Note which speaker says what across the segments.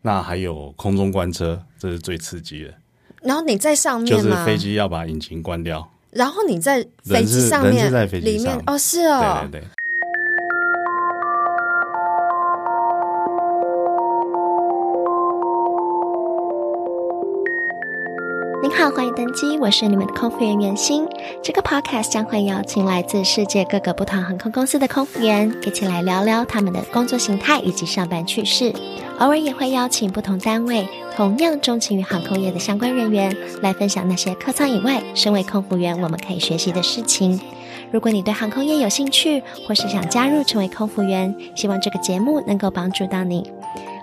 Speaker 1: 那还有空中关车，这是最刺激的，
Speaker 2: 然后你在上面
Speaker 1: 就是
Speaker 2: 吗？
Speaker 1: 飞机要把引擎关掉。
Speaker 2: 然后你在飞
Speaker 1: 人
Speaker 2: 机
Speaker 1: 是
Speaker 2: 上
Speaker 1: 人
Speaker 2: 面，
Speaker 1: 是在飞机
Speaker 2: 里面
Speaker 1: 上
Speaker 2: 哦，是哦，
Speaker 1: 对对对，
Speaker 3: 您好，欢迎登机，我是你们的空服员袁心。这个 podcast 将会邀请来自世界各个不同航空公司的空服员，一起来聊聊他们的工作形态以及上班趣事。偶尔也会邀请不同单位同样钟情于航空业的相关人员，来分享那些客舱以外，身为空服员我们可以学习的事情。如果你对航空业有兴趣，或是想加入成为空服员，希望这个节目能够帮助到你。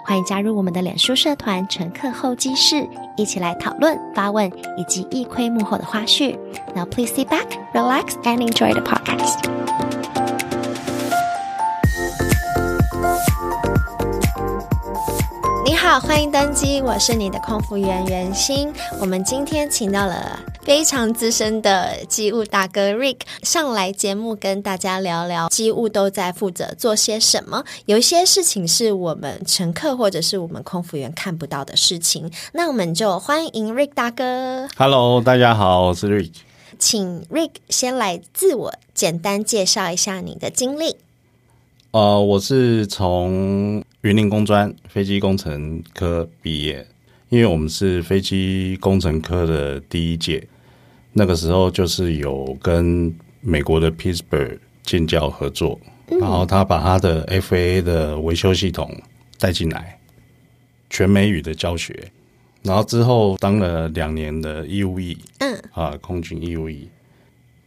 Speaker 3: 欢迎加入我们的脸书社团“乘客候机室”，一起来讨论、发问以及一窥幕后的花絮。Now please sit back, relax, and enjoy the podcast.
Speaker 2: 你好，欢迎登机，我是你的空服员袁心。我们今天请到了非常资深的机务大哥 Rick 上来节目，跟大家聊聊机务都在负责做些什么。有一些事情是我们乘客或者是我们空服员看不到的事情，那我们就欢迎 Rick 大哥，
Speaker 1: Hello，大家好，我是 Rick。
Speaker 2: 请 Rick 先来自我简单介绍一下你的经历。
Speaker 1: 呃，我是从云林工专飞机工程科毕业，因为我们是飞机工程科的第一届，那个时候就是有跟美国的 Pittsburgh 建教合作，然后他把他的 FAA 的维修系统带进来，全美语的教学，然后之后当了两年的义务役，
Speaker 2: 嗯，
Speaker 1: 啊，空军义务役。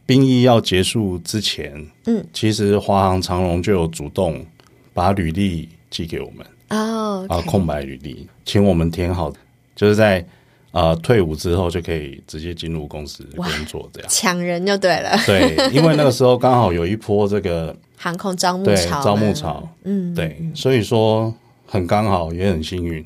Speaker 1: 兵役要结束之前，
Speaker 2: 嗯，
Speaker 1: 其实华航长荣就有主动把履历寄给我们
Speaker 2: 哦、
Speaker 1: 啊，空白履历，请我们填好，就是在呃退伍之后就可以直接进入公司工作这样。
Speaker 2: 抢人就对了，
Speaker 1: 对，因为那个时候刚好有一波这 个
Speaker 2: 航空招募
Speaker 1: 对
Speaker 2: 潮，
Speaker 1: 招募。潮，嗯，对，所以说很刚好，也很幸运，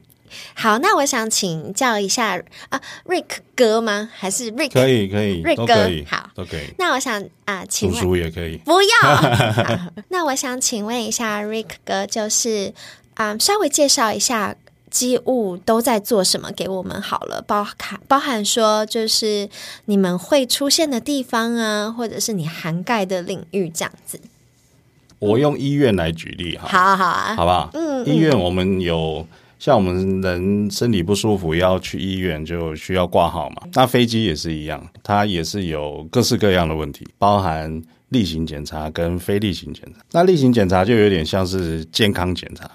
Speaker 2: 好，那我想请教一下啊，Rick 哥吗？还是 Rick？
Speaker 1: 可以可以
Speaker 2: 瑞
Speaker 1: 都
Speaker 2: 哥
Speaker 1: 可以，
Speaker 2: 好
Speaker 1: 都可以，
Speaker 2: 那我想啊，请
Speaker 1: 叔
Speaker 2: 问
Speaker 1: 叔也可以。
Speaker 2: 不要 好那我想请问一下 Rick 哥，就是啊、稍微介绍一下机务都在做什么给我们好了，包含包含说就是你们会出现的地方啊，或者是你涵盖的领域这样子。
Speaker 1: 我用医院来举例哈，
Speaker 2: 好啊好啊，
Speaker 1: 好不好？
Speaker 2: 嗯
Speaker 1: 医院我们有像我们人身体不舒服要去医院就需要挂号嘛，那飞机也是一样，它也是有各式各样的问题，包含例行检查跟非例行检查。那例行检查就有点像是健康检查，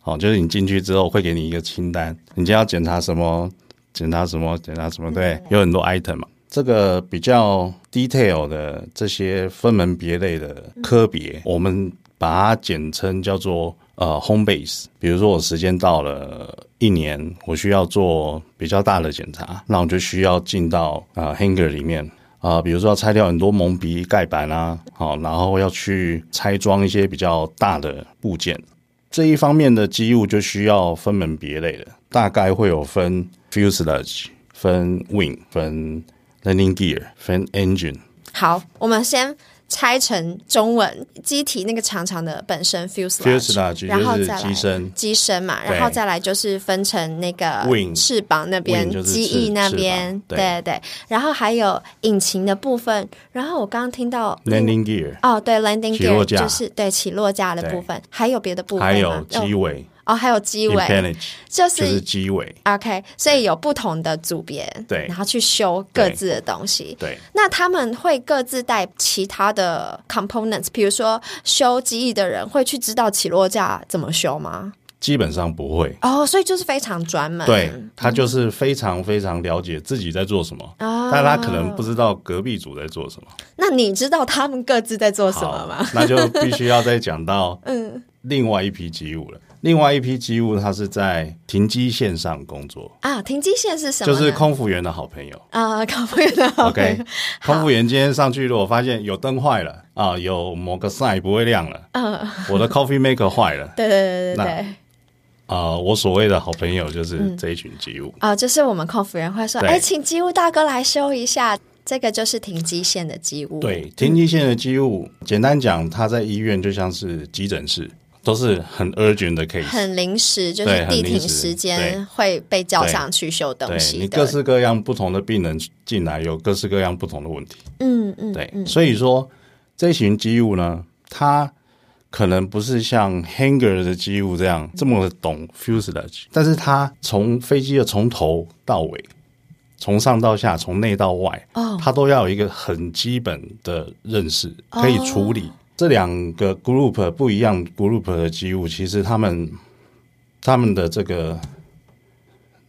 Speaker 1: 好、就是你进去之后会给你一个清单，你今天要检查什么，检查什么，检查什么，对，有很多 item 嘛。这个比较 detail 的这些分门别类的科别，我们把它简称叫做呃 home base。比如说我时间到了一年，我需要做比较大的检查，那我就需要进到呃 hangar 里面。啊、比如说要拆掉很多蒙皮盖板啊，好、然后要去拆装一些比较大的部件，这一方面的机务就需要分门别类了，大概会有分 fuselage、分 wing、分 landing gear、分 engine。
Speaker 2: 好，我们先拆成中文，机体那个长长的本身 fuselage，
Speaker 1: fuselage
Speaker 2: 然后
Speaker 1: 就是
Speaker 2: 再来
Speaker 1: 机身
Speaker 2: 机身嘛，
Speaker 1: 对
Speaker 2: 然后再来就是分成那个
Speaker 1: Wing
Speaker 2: 翅膀那边
Speaker 1: Wing 就，是
Speaker 2: 机翼
Speaker 1: 翅
Speaker 2: 那
Speaker 1: 翅膀
Speaker 2: 边，
Speaker 1: 对
Speaker 2: 对对，然后还有引擎的部分，然后我刚刚听到
Speaker 1: landing gear，、
Speaker 2: 哦，对，landing
Speaker 1: 起落
Speaker 2: gear
Speaker 1: 架
Speaker 2: 就是对起落架的
Speaker 1: 对
Speaker 2: 部分，还有别的部分吗
Speaker 1: 还有机尾、
Speaker 2: 哦，还有机
Speaker 1: i m p a n
Speaker 2: 尾，
Speaker 1: a g e
Speaker 2: 就
Speaker 1: 就是
Speaker 2: 是
Speaker 1: 机尾。
Speaker 2: OK，所以有不同的组别，
Speaker 1: 对
Speaker 2: 然后去修各自的东西，
Speaker 1: 对，
Speaker 2: 那他们会各自带其他的 components，比如说修机翼的人会去知道起落架怎么修吗？
Speaker 1: 基本上不会。
Speaker 2: 哦，所以就是非常专门。
Speaker 1: 对他就是非常非常了解自己在做什么，
Speaker 2: 啊，
Speaker 1: 但他可能不知道隔壁组在做什么。
Speaker 2: 那你知道他们各自在做什么
Speaker 1: 好，
Speaker 2: 吗？
Speaker 1: 那就必须要再讲到 嗯，另外一批机务了。另外一批机务，他是在停机线上工作，
Speaker 2: 啊，停机线是什么
Speaker 1: 就
Speaker 2: 呢？
Speaker 1: 是空服员的好朋友。
Speaker 2: 啊， 搞不懂了。
Speaker 1: OK，空服员今天上去，如果发现有灯坏了啊，有某个 sign 不会亮了，
Speaker 2: 嗯
Speaker 1: 我的 coffee maker 坏了
Speaker 2: 对对对对对，
Speaker 1: 啊，我所谓的好朋友
Speaker 2: 嗯
Speaker 1: 就是这一群机务。
Speaker 2: 啊，就是我们空服员会说，
Speaker 1: 对
Speaker 2: 哎，请机务大哥来修一下，这个就是停机线的机务。
Speaker 1: 对，停机线的机务，简单讲，它在医院就像是急诊室，都是很 urgent 的 case。
Speaker 2: 很临时，就
Speaker 1: 对
Speaker 2: 是
Speaker 1: 很
Speaker 2: 地
Speaker 1: 临
Speaker 2: 停
Speaker 1: 时
Speaker 2: 时
Speaker 1: 对
Speaker 2: 间会被叫
Speaker 1: 对
Speaker 2: 上去修东
Speaker 1: 对
Speaker 2: 西
Speaker 1: 你
Speaker 2: 的
Speaker 1: 各。式各样不同的病人进来，有各式各样不同的问题。
Speaker 2: 嗯嗯，
Speaker 1: 对，
Speaker 2: 嗯
Speaker 1: 所以说这型机务呢，它可能不是像 Hanger 的机务这样这么懂 fuselage，但是它从飞机的从头到尾，从上到下，从内到外，
Speaker 2: 哦
Speaker 1: 它都要有一个很基本的认识，
Speaker 2: 哦
Speaker 1: 可以处理。这两个 group 不一样 group 的机务，其实他们他们的这个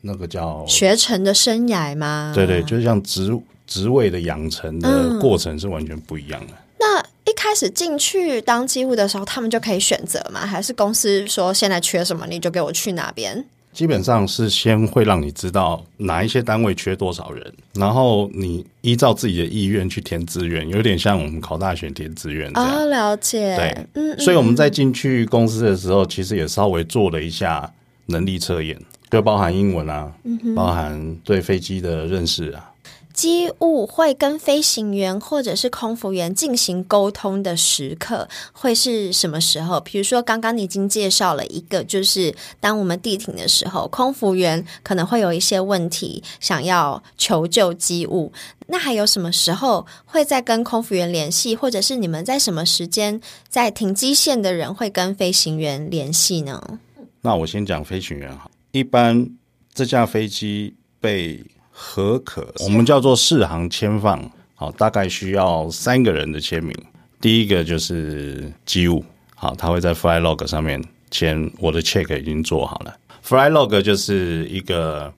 Speaker 1: 那个叫
Speaker 2: 学成的生涯吗？
Speaker 1: 对对，就像职职位的养成的
Speaker 2: 嗯
Speaker 1: 过程是完全不一样的。
Speaker 2: 那一开始进去当机务的时候，他们就可以选择吗？还是公司说现在缺什么你就给我去哪边？
Speaker 1: 基本上是先会让你知道哪一些单位缺多少人，然后你依照自己的意愿去填志愿，有点像我们考大学填志愿这样。
Speaker 2: 哦，了解。
Speaker 1: 对
Speaker 2: 嗯，
Speaker 1: 所以我们在进去公司的时候，其实也稍微做了一下能力测验，就包含英文啊，
Speaker 2: 嗯
Speaker 1: 包含对飞机的认识啊。
Speaker 2: 机务会跟飞行员或者是空服员进行沟通的时刻会是什么时候？比如说，刚刚你已经介绍了一个，就是当我们地停的时候，空服员可能会有一些问题想要求救机务。那还有什么时候会再跟空服员联系，或者是你们在什么时间在停机线的人会跟飞行员联系呢？
Speaker 1: 那我先讲飞行员好。一般这架飞机被合可，我们叫做试航签放，好，大概需要三个人的签名。第一个就是机务，好，他会在 flylog 上面签，我的 check 已经做好了。flylog 就是一个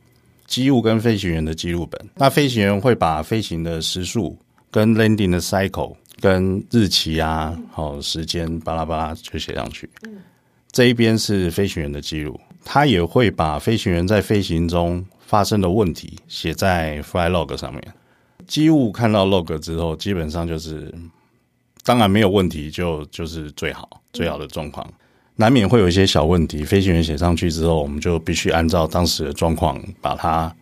Speaker 1: 机务跟飞行员的记录本。那飞行员会把飞行的时速、跟 landing 的 cycle、跟日期啊、好、时间巴拉巴拉就写上去。这一边是飞行员的记录，他也会把飞行员在飞行中发生的问题写在 flylog 上面。机务看到 log 之后，基本上就是，当然没有问题就就是最好最好的状况。难免会有一些小问题，飞行员写上去之后，我们就必须按照当时的状况把它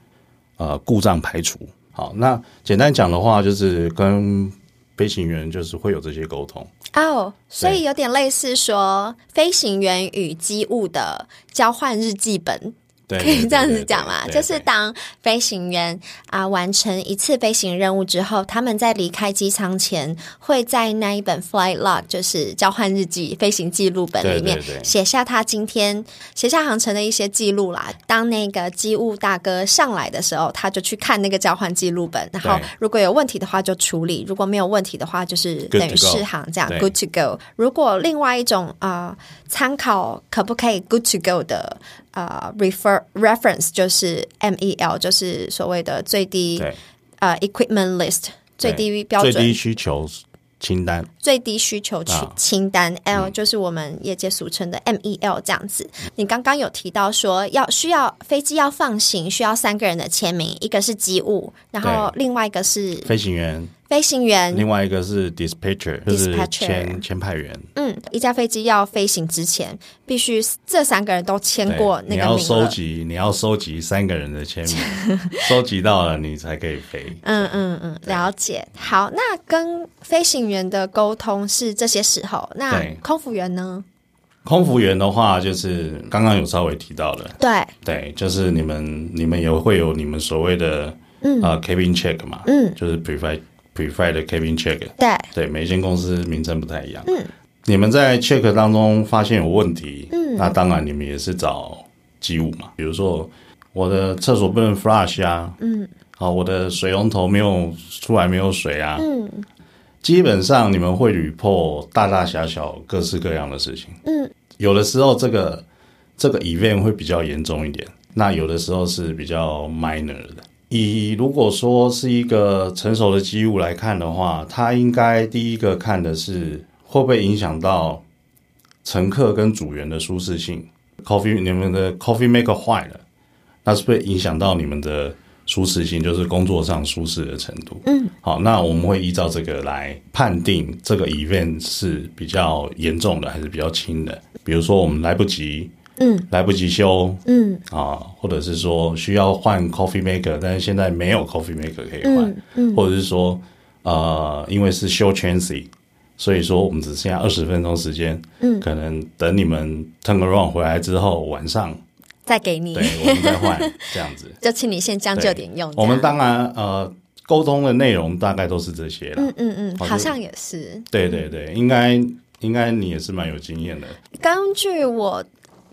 Speaker 1: 呃故障排除。好，那简单讲的话，就是跟飞行员就是会有这些沟通。
Speaker 2: 哦，所以
Speaker 1: 对
Speaker 2: 有点类似说飞行员与机务的交换日记本，
Speaker 1: 对，
Speaker 2: 可以
Speaker 1: 对
Speaker 2: 这样
Speaker 1: 对
Speaker 2: 子
Speaker 1: 对
Speaker 2: 讲嘛？
Speaker 1: 对
Speaker 2: 就是
Speaker 1: 对
Speaker 2: 当飞行员啊、完成一次飞行任务之后，他们在离开机舱前，会在那一本 flight log，就是交换日记、飞行记录本里面
Speaker 1: 对对对
Speaker 2: 写下他今天写下航程的一些记录啦。当那个机务大哥上来的时候，他就去看那个交换记录本，然后
Speaker 1: 对
Speaker 2: 如果有问题的话就处理，如果没有问题的话就是等
Speaker 1: Good
Speaker 2: 于
Speaker 1: to go
Speaker 2: 试航这样
Speaker 1: 对
Speaker 2: good to go。如果另外一种啊、呃参考可不可以 good to go 的啊 refer reference 就是 MEL，就是所谓的最低
Speaker 1: 对
Speaker 2: 呃 equipment list 最低标
Speaker 1: 最低
Speaker 2: 准、嗯
Speaker 1: 需求清单。
Speaker 2: 最低需求清
Speaker 1: 啊
Speaker 2: 清单 L，就是我们业界俗称的 MEL 这样子。你刚刚有提到说要需要飞机要放行，需要三个人的签名，一个是机务，然后另外一个是
Speaker 1: 飞行员，
Speaker 2: 飞行员，
Speaker 1: 另外一个是 dispatcher，就是签
Speaker 2: 嗯 Dispatcher
Speaker 1: 签派员。
Speaker 2: 嗯，一架飞机要飞行之前，必须这三个人都签
Speaker 1: 对
Speaker 2: 过
Speaker 1: 你
Speaker 2: 那个
Speaker 1: 要
Speaker 2: 名
Speaker 1: 收
Speaker 2: 额。
Speaker 1: 集，你要收集三个人的签 名，收集到了你才可以飞。
Speaker 2: 嗯嗯嗯，了解。好，那跟飞行员的沟通是这些时候，那
Speaker 1: 对
Speaker 2: 空服员呢？
Speaker 1: 空服员的话，就是刚刚有稍微提到的，
Speaker 2: 对，
Speaker 1: 对，就是你们你们也会有你们所谓的
Speaker 2: 嗯
Speaker 1: 啊 cabin check 嘛，
Speaker 2: 嗯，
Speaker 1: 就是 p r e f i r e p r e f i r e 的 cabin check，
Speaker 2: 对，
Speaker 1: 对，每一间公司名称不太一样。
Speaker 2: 嗯，
Speaker 1: 你们在 check 当中发现有问题，嗯，那当然你们也是找机务嘛，比如说我的厕所不能 flush 啊，嗯，好，我的水龙头没有出来没有水啊，
Speaker 2: 嗯，
Speaker 1: 基本上你们会 report 大大小小各式各样的事情，
Speaker 2: 嗯，
Speaker 1: 有的时候这个这个 event 会比较严重一点，那有的时候是比较 minor 的。以如果说是一个成熟的机务来看的话，它应该第一个看的是会不会影响到乘客跟组员的舒适性。Coffee 你们的 coffee maker 坏了，那是不是影响到你们的舒适性，就是工作上舒适的程度？嗯，好，那我们会依照这个来判定这个 event 是比较严重的还是比较轻的。比如说我们来不及，
Speaker 2: 嗯，
Speaker 1: 来不及修，
Speaker 2: 嗯
Speaker 1: 啊，或者是说需要换 coffee maker，但是现在没有 coffee maker 可以换，
Speaker 2: 嗯嗯嗯
Speaker 1: 或者是说呃，因为是修 chancy，所以说我们只剩下二十分钟时间，
Speaker 2: 嗯
Speaker 1: 可能等你们 turn around 回来之后，晚上
Speaker 2: 再给你
Speaker 1: 对，我们再换 这样子。
Speaker 2: 就请你先将
Speaker 1: 对
Speaker 2: 就点用。
Speaker 1: 我们
Speaker 2: 这
Speaker 1: 当
Speaker 2: 样
Speaker 1: 然呃，沟通的内容大概都是这些了。
Speaker 2: 嗯嗯嗯，
Speaker 1: 好
Speaker 2: 好
Speaker 1: 就
Speaker 2: 像也是。
Speaker 1: 对对对，应该应该你也是蛮有经验的。
Speaker 2: 根据我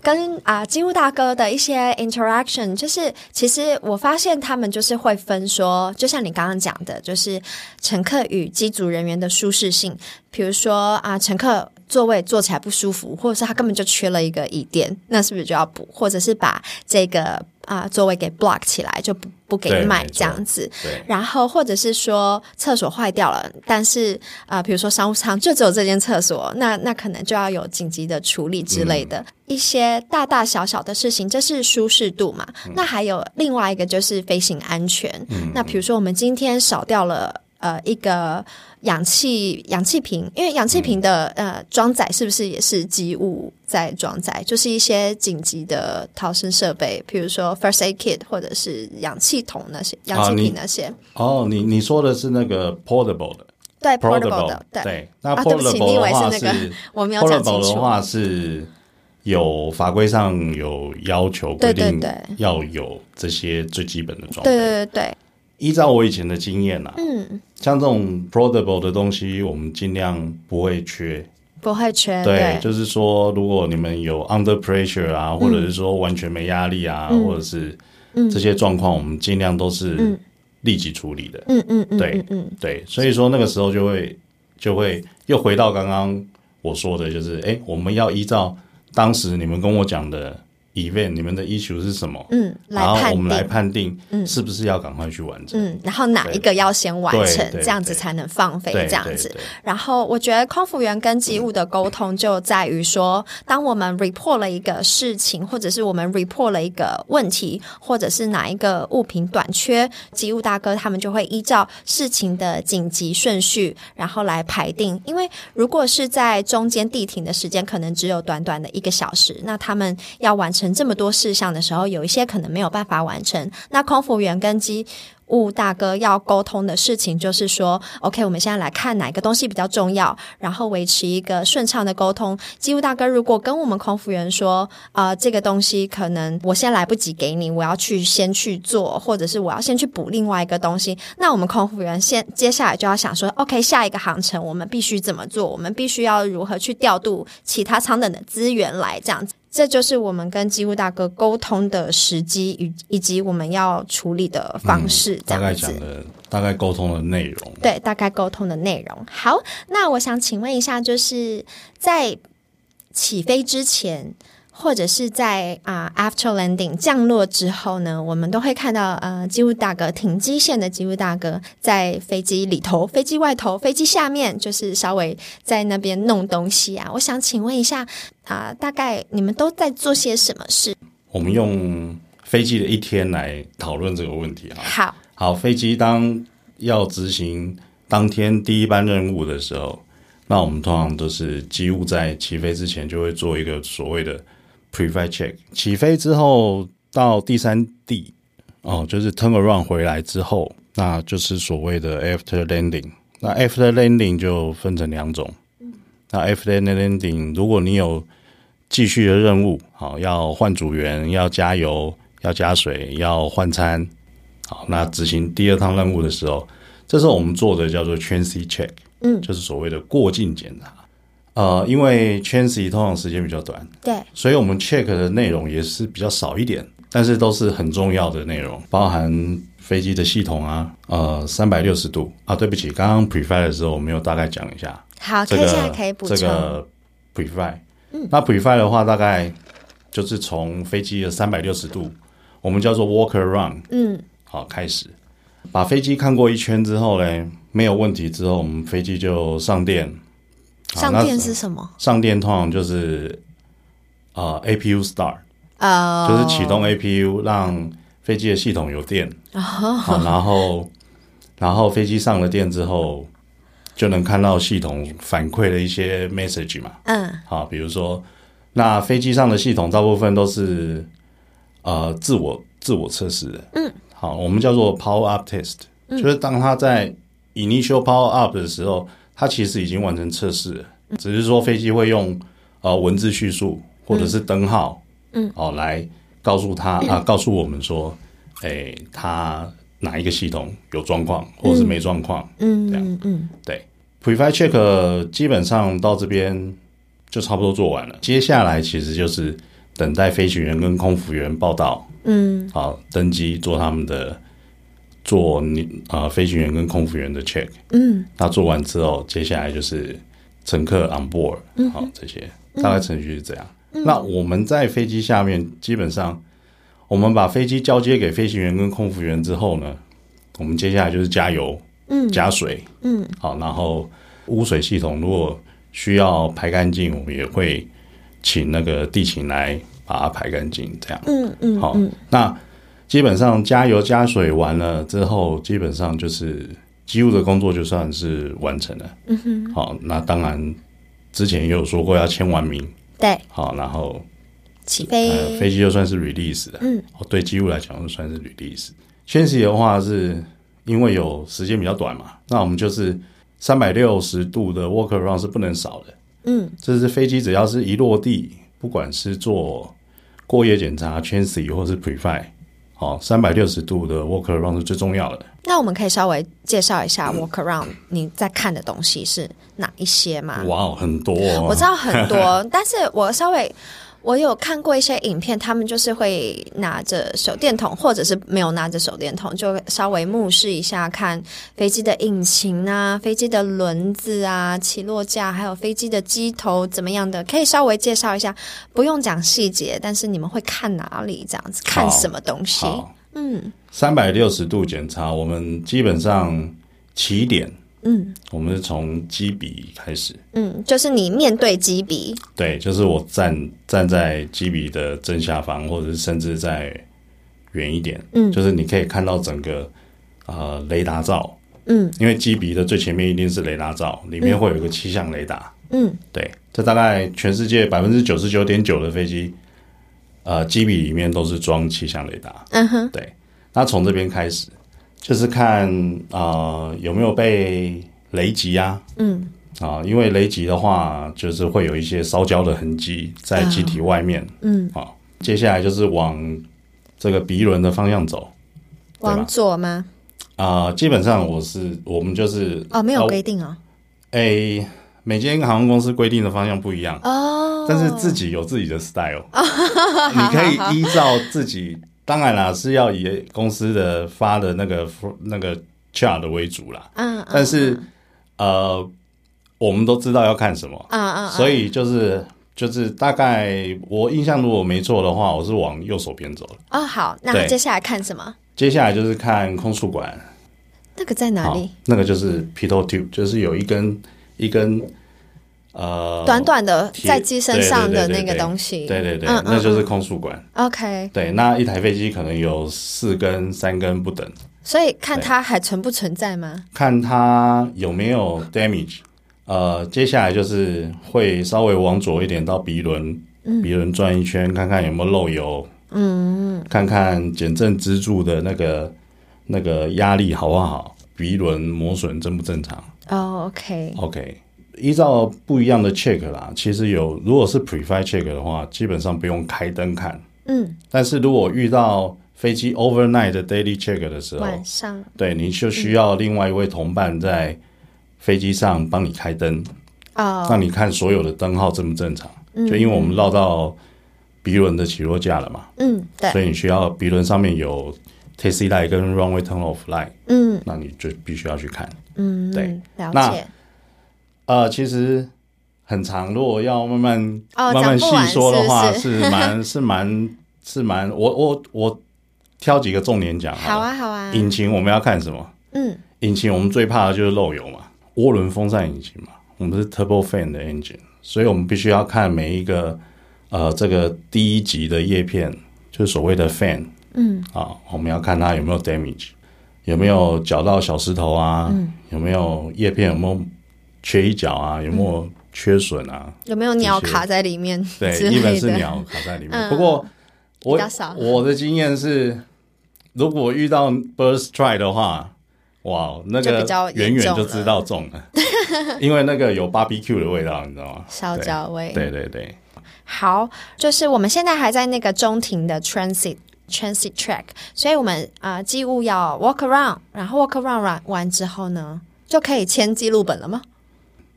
Speaker 2: 跟啊、金乌大哥的一些 interaction，就是其实我发现他们就是会分说，就像你刚刚讲的，就是乘客与机组人员的舒适性，比如说啊、乘客。座位坐起来不舒服，或者是他根本就缺了一个椅垫，那是不是就要补？或者是把这个啊、座位给 block 起来，就不不给
Speaker 1: 对
Speaker 2: 买
Speaker 1: 没错
Speaker 2: 这样子。
Speaker 1: 对
Speaker 2: 然后或者是说厕所坏掉了，但是啊，呃比如说商务舱就只有这间厕所，那那可能就要有紧急的处理之类
Speaker 1: 嗯
Speaker 2: 的、一些大大小小的事情，这是舒适度嘛。
Speaker 1: 嗯
Speaker 2: 那还有另外一个就是飞行安全，那
Speaker 1: 嗯
Speaker 2: 比如说我们今天少掉了。呃，一个氧气氧气瓶，因为氧气
Speaker 1: 嗯
Speaker 2: 瓶的、呃装载是不是也是机务在装载？就是一些紧急的逃生设备，比如说 first aid kit 或者是氧气筒那些、氧气
Speaker 1: 啊你
Speaker 2: 瓶那些。
Speaker 1: 哦，你你说的是那个 portable 的
Speaker 2: 对 portable 的，对，
Speaker 1: 那
Speaker 2: 啊对不
Speaker 1: portable
Speaker 2: 起
Speaker 1: 的话
Speaker 2: 你以为是
Speaker 1: 是、
Speaker 2: 那个我没有讲清
Speaker 1: portable 的
Speaker 2: 楚。
Speaker 1: 话是有法规上有要求规
Speaker 2: 对对
Speaker 1: 定
Speaker 2: 对
Speaker 1: 要有这些最基本的装备。
Speaker 2: 对对对对，
Speaker 1: 依照我以前的经验啦、
Speaker 2: 嗯，
Speaker 1: 像这种 portable 的东西，我们尽量不会缺。
Speaker 2: 不会缺，
Speaker 1: 对，就是说，如果你们有 under pressure 啊，
Speaker 2: 嗯
Speaker 1: 或者是说完全没压力啊，或者是这些状况，我们尽量都是立即处理的。
Speaker 2: 嗯嗯嗯，
Speaker 1: 对
Speaker 2: 嗯嗯，
Speaker 1: 对，所以说那个时候就会就会又回到刚刚我说的，就是哎、诶我们要依照当时你们跟我讲的 event，你们的 issue 是什么，
Speaker 2: 嗯，来
Speaker 1: 然后
Speaker 2: 判
Speaker 1: 我们来
Speaker 2: 定，
Speaker 1: 判定是不是要赶快去完成。
Speaker 2: 嗯，然后哪一个要先完
Speaker 1: 对
Speaker 2: 成，
Speaker 1: 对
Speaker 2: 这样子
Speaker 1: 对
Speaker 2: 才能放飞，
Speaker 1: 对，
Speaker 2: 这样
Speaker 1: 对
Speaker 2: 子。
Speaker 1: 对
Speaker 2: 然后我觉得空服员跟机务的沟通就在于说，当我们 report 了一个事情，或者是我们 report 了一个问题，或者是哪一个物品短缺，机务大哥他们就会依照事情的紧急顺序，然后来排定。因为如果是在中间地停的时间，可能只有短短的一个小时，那他们要完成这么多事项的时候，有一些可能没有办法完成。那空服员跟机物大哥要沟通的事情，就是说，OK，我们现在来看哪个东西比较重要，然后维持一个顺畅的沟通。机务大哥如果跟我们空服员说，啊、这个东西可能我现在来不及给你，我要去先去做，或者是我要先去补另外一个东西，那我们空服员先接下来就要想说，OK，下一个航程我们必须怎么做，我们必须要如何去调度其他舱等的资源来这样子。这就是我们跟机务大哥沟通的时机与以及我们要处理的方式，
Speaker 1: 嗯
Speaker 2: 这
Speaker 1: 大概
Speaker 2: 样子
Speaker 1: 讲。的大概沟通的内容。
Speaker 2: 对，大概沟通的内容。好，那我想请问一下，就是在起飞之前，或者是在啊、after landing 降落之后呢，我们都会看到呃机务大哥停机线的机务大哥在飞机里头、飞机外头、飞机下面，就是稍微在那边弄东西啊。我想请问一下啊、大概你们都在做些什么事？
Speaker 1: 我们用飞机的一天来讨论这个问题啊。
Speaker 2: 好，
Speaker 1: 好，飞机当要执行当天第一班任务的时候，那我们通常都是机务在起飞之前就会做一个所谓的 pre-flight check。起飞之后到第三地哦，就是 turn around 回来之后，那就是所谓的 after landing。那 after landing 就分成两种。那 after landing，如果你有继续的任务，好，要换组员，要加油，要加水，要换餐，好，那执行第二趟任务的时候，这时候我们做的叫做 transit check，
Speaker 2: 嗯
Speaker 1: 就是所谓的过境检查。呃，因为 transit 通常时间比较短，
Speaker 2: 对，
Speaker 1: 所以我们 check 的内容也是比较少一点，但是都是很重要的内容，包含飞机的系统啊，呃，三百六十度啊。对不起，刚刚 pre flight 的时候我没有大概讲一下
Speaker 2: 好，
Speaker 1: 这
Speaker 2: 可以现在
Speaker 1: 个
Speaker 2: 可以补嗯充。
Speaker 1: 这个 pre flight。那 pre flight 的话，大概就是从飞机的三百六十度，我们叫做 walk around，
Speaker 2: 嗯，
Speaker 1: 好，开始把飞机看过一圈之后嘞，没有问题之后，我们飞机就上电。好
Speaker 2: 上
Speaker 1: 那
Speaker 2: 电是什么？
Speaker 1: 上电通常就是呃 APU start，、
Speaker 2: 呃，
Speaker 1: 就是启动 APU 让飞机的系统有电。好，然后然后飞机上了电之后，就能看到系统反馈的一些 message 嘛。
Speaker 2: 嗯，
Speaker 1: 好，比如说，那飞机上的系统大部分都是呃自我自我测试的。嗯，好，我们叫做 power up test，、就是当它在 initial power up 的时候，它其实已经完成测试了，只是说飞机会用呃文字叙述或者是灯号，嗯，哦来告诉 他啊，告诉我们说，哎，它哪一个系统有状况，或者是没状况，
Speaker 2: 嗯
Speaker 1: 这
Speaker 2: 嗯嗯，
Speaker 1: 对 p r e f i check 基本上到这边就差不多做完了，接下来其实就是等待飞行员跟空服员报到，嗯，好，登机做他们的做你啊、飞行员跟空服员的 check，嗯，那做完之后，接下来就是乘客 on board，好、
Speaker 2: 嗯
Speaker 1: 这些大概程序是这样。那我们在飞机下面，基本上我们把飞机交接给飞行员跟空服员之后呢，我们接下来就是加油，嗯，加水，好，然后污水系统如果需要排干净，我们也会请那个地勤来把它排干净，这样。嗯嗯。好，那基本上加油加水完了之后，基本上就是机务的工作就算是完成了。嗯哼。好，那当然之前也有说过要签完名，
Speaker 2: 对，
Speaker 1: 好，然后
Speaker 2: 起
Speaker 1: 呃，
Speaker 2: 飞，
Speaker 1: 飞机就算是 release 了。嗯，哦，对机务来讲就算是 release。宣习的话是因为有时间比较短嘛，那我们就是三百六十度的 walk around 是不能少的。嗯，这是飞机只要是一落地，不管是做过夜检查、圈 C 或是 p r e f i 好，三百六十度的 walk around 是最重要的。
Speaker 2: 那我们可以稍微介绍一下 walk around 你在看的东西是哪一些吗？
Speaker 1: 哇哦，很多、哦，
Speaker 2: 我知道很 多，但是我稍微我有看过一些影片，他们就是会拿着手电筒，或者是没有拿着手电筒，就稍微目视一下，看飞机的引擎啊、飞机的轮子啊、起落架，还有飞机的机头怎么样的，可以稍微介绍一下，不用讲细节，但是你们会看哪里这样子，看什么东西？
Speaker 1: 好，嗯，三百六十度检查，我们基本上起点，嗯，我们是从机鼻开始，
Speaker 2: 嗯，就是你面对机鼻，
Speaker 1: 对，就是我站站在机鼻的正下方，或者是甚至在远一点，嗯，就是你可以看到整个呃雷达罩，嗯，因为机鼻的最前面一定是雷达罩，里面会有一个气象雷达，
Speaker 2: 嗯，
Speaker 1: 对，这大概全世界百分之九十九点九的飞机，呃，机鼻里面都是装气象雷达，
Speaker 2: 嗯哼，
Speaker 1: 对，那从这边开始，就是看啊、呃有没有被雷击啊，嗯，啊、因为雷击的话，就是会有一些烧焦的痕迹在机体外面，嗯，好、接下来就是往这个鼻轮的方向走对吧
Speaker 2: 往左吗？
Speaker 1: 啊、基本上我是我们就是
Speaker 2: 哦，没有
Speaker 1: 呃
Speaker 2: 规定哦，
Speaker 1: 诶、每间航空公司规定的方向不一样，
Speaker 2: 哦，
Speaker 1: 但是自己有自己的 style，你可以依照自己，当然啦，是要以公司的发的那个那个 chart 为主啦。
Speaker 2: 嗯嗯
Speaker 1: 但是呃，我们都知道要看什么，
Speaker 2: 嗯嗯，
Speaker 1: 所以就是就是大概我印象如果没错的话，我是往右手边走了。
Speaker 2: 哦，好，那
Speaker 1: 对
Speaker 2: 接下来看什么？
Speaker 1: 接下来就是看空术馆，
Speaker 2: 那个在哪
Speaker 1: 好
Speaker 2: 里？，
Speaker 1: 那个就是 pitot tube，就是有一根一根呃
Speaker 2: 短短的
Speaker 1: 铁
Speaker 2: 在机身上的
Speaker 1: 对对
Speaker 2: 那
Speaker 1: 对
Speaker 2: 个
Speaker 1: 对
Speaker 2: 东西。
Speaker 1: 对对对，
Speaker 2: 嗯嗯
Speaker 1: 那就是空术馆。
Speaker 2: OK。
Speaker 1: 对，那一台飞机可能有四根、三根不等，
Speaker 2: 所以看它还存不存在吗？
Speaker 1: 看它有没有 damage。呃，接下来就是会稍微往左一点到鼻轮，
Speaker 2: 嗯
Speaker 1: 鼻轮转一圈，看看有没有漏油，嗯，看看减震支柱的那个那个压力好不好，鼻轮磨损正不正常
Speaker 2: 哦，OK、o k
Speaker 1: ？OK，依照不一样的 check 啦，其实有如果是 p r e f i check 的话，基本上不用开灯看，
Speaker 2: 嗯，
Speaker 1: 但是如果遇到飞机 overnight 的 daily check 的时候，
Speaker 2: 晚上
Speaker 1: 对，哦你就需要另外一位同伴在飞机上帮你开灯，
Speaker 2: 哦，嗯
Speaker 1: 让你看所有的灯号正不正常。就因为我们绕到鼻轮的起落架了嘛，
Speaker 2: 嗯，对，
Speaker 1: 所以你需要鼻轮上面有 taxi light 跟 runway turn off light，
Speaker 2: 嗯
Speaker 1: 那你就必须要去看。
Speaker 2: 嗯，
Speaker 1: 对，
Speaker 2: 了
Speaker 1: 那
Speaker 2: 解。
Speaker 1: 呃，其实很长，如果要慢慢、
Speaker 2: 哦
Speaker 1: 慢慢
Speaker 2: 讲
Speaker 1: 细
Speaker 2: 不完
Speaker 1: 说的话，
Speaker 2: 是
Speaker 1: 是蛮是蛮是蛮，我我我挑几个重点讲
Speaker 2: 好
Speaker 1: 了
Speaker 2: 啊，好啊，
Speaker 1: 引擎我们要看什么？
Speaker 2: 嗯，
Speaker 1: 引擎我们最怕的就是漏油嘛，涡轮风扇引擎嘛，我们是 turbo fan 的 engine，所以我们必须要看每一个呃这个第一级的叶片，就是所谓的 fan，嗯，啊，我们要看它有没有 damage，有没有搅到小石头啊，有没有叶片有没有缺一角啊，有没有缺损啊，
Speaker 2: 有没有鸟
Speaker 1: 这些
Speaker 2: 卡在里面
Speaker 1: 对，
Speaker 2: 之
Speaker 1: 一本
Speaker 2: 类
Speaker 1: 是
Speaker 2: 的？嗯
Speaker 1: 鸟卡在里面。不过我
Speaker 2: 比较少
Speaker 1: 我的经验是，如果遇到 burst try 的话，哇，那
Speaker 2: 就
Speaker 1: 个
Speaker 2: 比较
Speaker 1: 远
Speaker 2: 严
Speaker 1: 远
Speaker 2: 重了
Speaker 1: 就知道中了。因为那个有 BBQ 的味道，你知道吗？
Speaker 2: 烧焦味。
Speaker 1: 对对对，
Speaker 2: 好，就是我们现在还在那个中庭的 transit transit track，所以我们啊、呃几乎要 walk around，然后 walk around 完完之后呢，就可以签记录本了吗？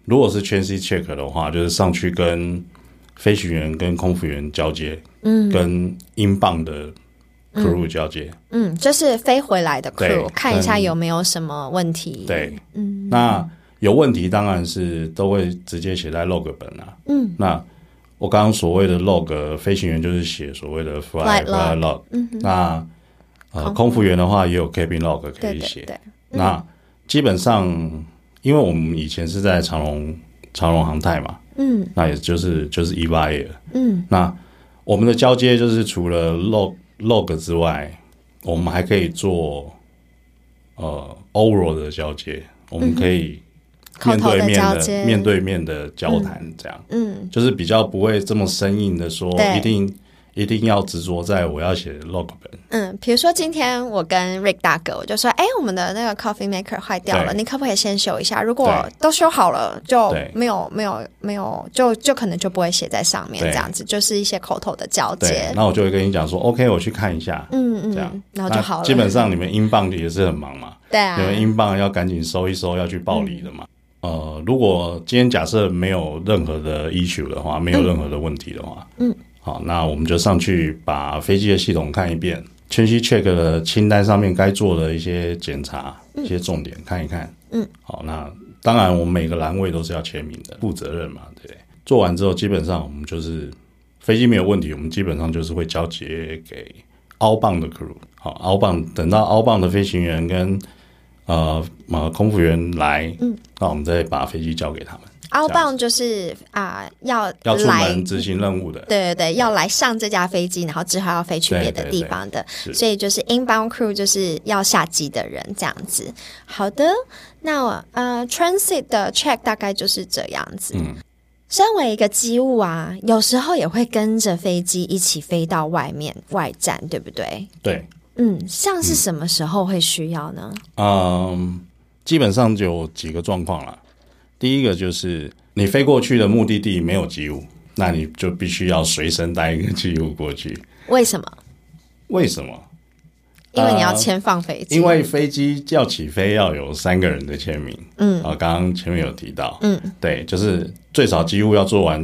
Speaker 1: 如果是全 C check 的话，就是上去跟飞行员跟空服员交接，嗯，跟英镑的 crew 交接，
Speaker 2: 嗯，就是飞回来的 crew
Speaker 1: 对
Speaker 2: 看一下
Speaker 1: 嗯
Speaker 2: 有没有什么问题。，
Speaker 1: 对，嗯，那有问题当然是都会直接写在 log 本啦、嗯，那我刚刚所谓的 log，飞行员就是写所谓的 fly
Speaker 2: Flight log
Speaker 1: fly log，嗯，那呃空服员的话也有 cabin log 可
Speaker 2: 对
Speaker 1: 以
Speaker 2: 对
Speaker 1: 写，
Speaker 2: 对，
Speaker 1: 那基本上，因为我们以前是在长龙长龙航太嘛，
Speaker 2: 嗯
Speaker 1: 那也就是就是 EVA i r
Speaker 2: 嗯，
Speaker 1: 那我们的交接就是除了 log log 之外，我们还可以做呃 oral 的交
Speaker 2: 嗯
Speaker 1: 接，我们可以
Speaker 2: 口
Speaker 1: 面
Speaker 2: 头
Speaker 1: 对
Speaker 2: 的
Speaker 1: 面
Speaker 2: 交
Speaker 1: 的
Speaker 2: 接，
Speaker 1: 面对面的交谈，这样、
Speaker 2: 嗯
Speaker 1: 就是比较不会这么生硬的说
Speaker 2: 对
Speaker 1: 一定一定要执着在我要写 log 本，
Speaker 2: 嗯，比如说今天我跟 Rick 大哥，我就说，哎，我们的那个 coffee maker 坏掉了，
Speaker 1: 对
Speaker 2: 你可不可以先修一下？如果
Speaker 1: 对
Speaker 2: 都修好了，就
Speaker 1: 对
Speaker 2: 没有没有没有，就就可能就不会写在上面，
Speaker 1: 对
Speaker 2: 这样子就是一些口头的交
Speaker 1: 对
Speaker 2: 接，。
Speaker 1: 那我就会跟你讲说 OK，我去看一下，
Speaker 2: 嗯
Speaker 1: 这样
Speaker 2: 嗯，，然后就好了。
Speaker 1: 那基本上你们英镑也是很忙嘛，
Speaker 2: 对啊嗯
Speaker 1: 你，们英镑要赶紧收一收，要去报理的嘛。呃，如果今天假设没有任何的 issue 的话，没有任何的问题的话，嗯，好，那我们就上去把飞机的系统看一遍，全息 check 的清单上面该做的一些检查、一些重点看一看，
Speaker 2: 嗯，
Speaker 1: 好，那当然我们每个栏位都是要签名的，负责任嘛，对不对？做完之后，基本上我们就是飞机没有问题，我们基本上就是会交接给凹棒的 crew，好，凹棒等到凹棒的飞行员跟呃呃空服员来，嗯，那我们再把飞机交给他们，
Speaker 2: 凹棒就是啊、要
Speaker 1: 要出
Speaker 2: 来
Speaker 1: 门执行任务的，
Speaker 2: 对对对，要来上这架飞机，然后之后要飞去别的地方的，
Speaker 1: 对对对是
Speaker 2: 所以就是 inbound crew 就是要下机的人这样子。好的，那我呃 transit 的 check 大概就是这样子。
Speaker 1: 嗯
Speaker 2: 身为一个机务啊，有时候也会跟着飞机一起飞到外面外站，对不对？
Speaker 1: 对，
Speaker 2: 嗯，像是什么时候会需要呢？
Speaker 1: 嗯、基本上就有几个状况啦。第一个就是你飞过去的目的地没有机务，那你就必须要随身带一个机务过去。
Speaker 2: 为什么？
Speaker 1: 为什么？
Speaker 2: 因为你要
Speaker 1: 呃
Speaker 2: 签放飞机，
Speaker 1: 因为飞机要起飞要有三个人的签名，嗯，啊，刚刚前面有提到，嗯，对，就是最少机务要做完，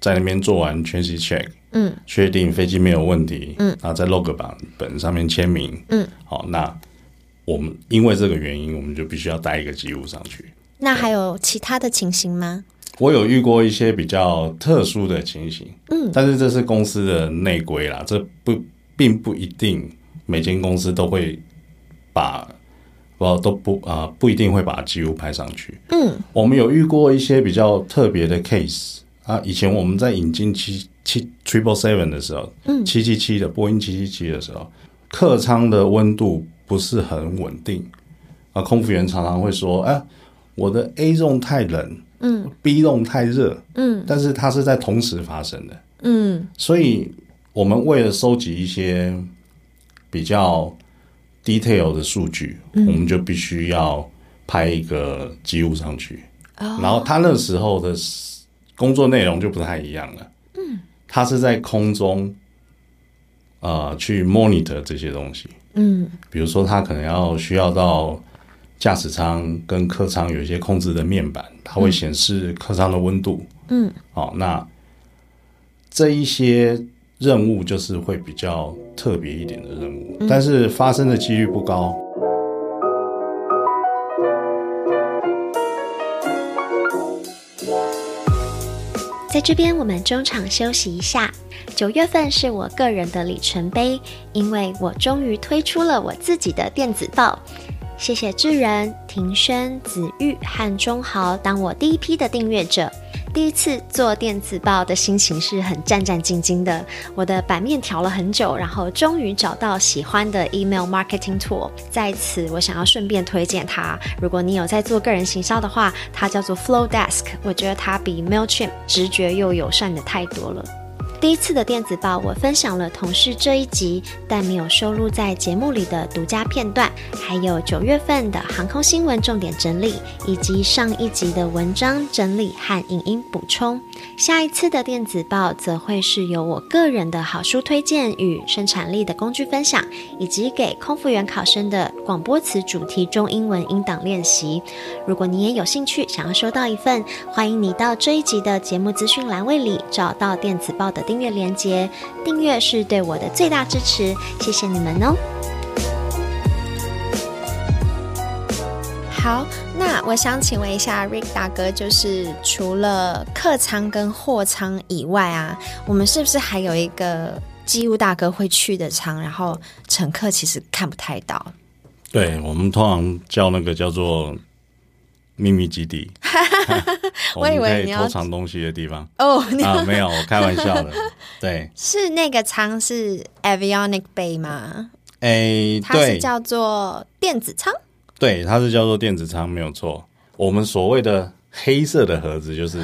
Speaker 1: 在那边做完全息 check，嗯，确定飞机没有问题，嗯，然后在 log 版本上面签名，嗯，好，那我们因为这个原因，我们就必须要带一个机务上去。
Speaker 2: 那还有其他的情形吗？
Speaker 1: 我有遇过一些比较特殊的情形，嗯，但是这是公司的内规啦，这不并不一定每间公司都会把，哦都不啊、不一定会把机务派上去，嗯，我们有遇过一些比较特别的 case 啊，以前我们在引进七七 triple seven 的时候，嗯，七七七的波音七七七的时候，客舱的温度不是很稳定，啊，空服员常常会说，哎、我的 A 栋太冷，嗯，B 栋太热，嗯，但是它是在同时发生的，嗯，所以我们为了收集一些比较 detail 的数据，我们就必须要拍一个机务上去，然后他那时候的 s- 工作内容就不太一样了，嗯，他是在空中，呃，去 monitor 这些东西，嗯，比如说他可能要需要到驾驶舱跟客舱有一些控制的面板，它会显示客舱的温度。嗯，好、那这一些任务就是会比较特别一点的任务，但是发生的几率不高。
Speaker 3: 在这边，我们中场休息一下。九月份是我个人的里程碑，因为我终于推出了我自己的电子报。谢谢智仁、庭轩、子玉和钟豪当我第一批的订阅者。第一次做电子报的心情是很战战兢兢的，我的版面调了很久，然后终于找到喜欢的 email marketing tool。在此，我想要顺便推荐它。如果你有在做个人行销的话，它叫做 Flow Desk，我觉得它比 Mailchimp 直觉又友善的太多了。第第一次的电子报，我分享了同事这一集，但没有收录在节目里的独家片段，还有九月份的航空新闻重点整理，以及上一集的文章整理和影音补充。下一次的电子报则会是由我个人的好书推荐与生产力的工具分享，以及给空服员考生的广播词主题中英文音档练习。如果你也有兴趣想要收到一份，欢迎你到这一集的节目资讯栏位里找到电子报的订阅链接，订阅是对我的最大支持，谢谢你们哦。
Speaker 2: 好，那我想请问一下 Rick 大哥，就是除了客舱跟货舱以外啊，我们是不是还有一个机务大哥会去的舱，然后乘客其实看不太到？
Speaker 1: 对我们通常叫那个叫做秘密基 地，我
Speaker 2: 我以
Speaker 1: 们
Speaker 2: 为
Speaker 1: 可
Speaker 2: 你
Speaker 1: 以
Speaker 2: 要
Speaker 1: 偷藏东西的地 方
Speaker 2: 哦，你
Speaker 1: 啊，没有，我开玩笑 的。对，
Speaker 2: 是那个舱是 avionic bay 吗？
Speaker 1: 诶，
Speaker 2: 它是
Speaker 1: 对
Speaker 2: 叫做电子舱。
Speaker 1: 对，它是叫做电子仓，没有错。我们所谓的黑色的盒子， 就是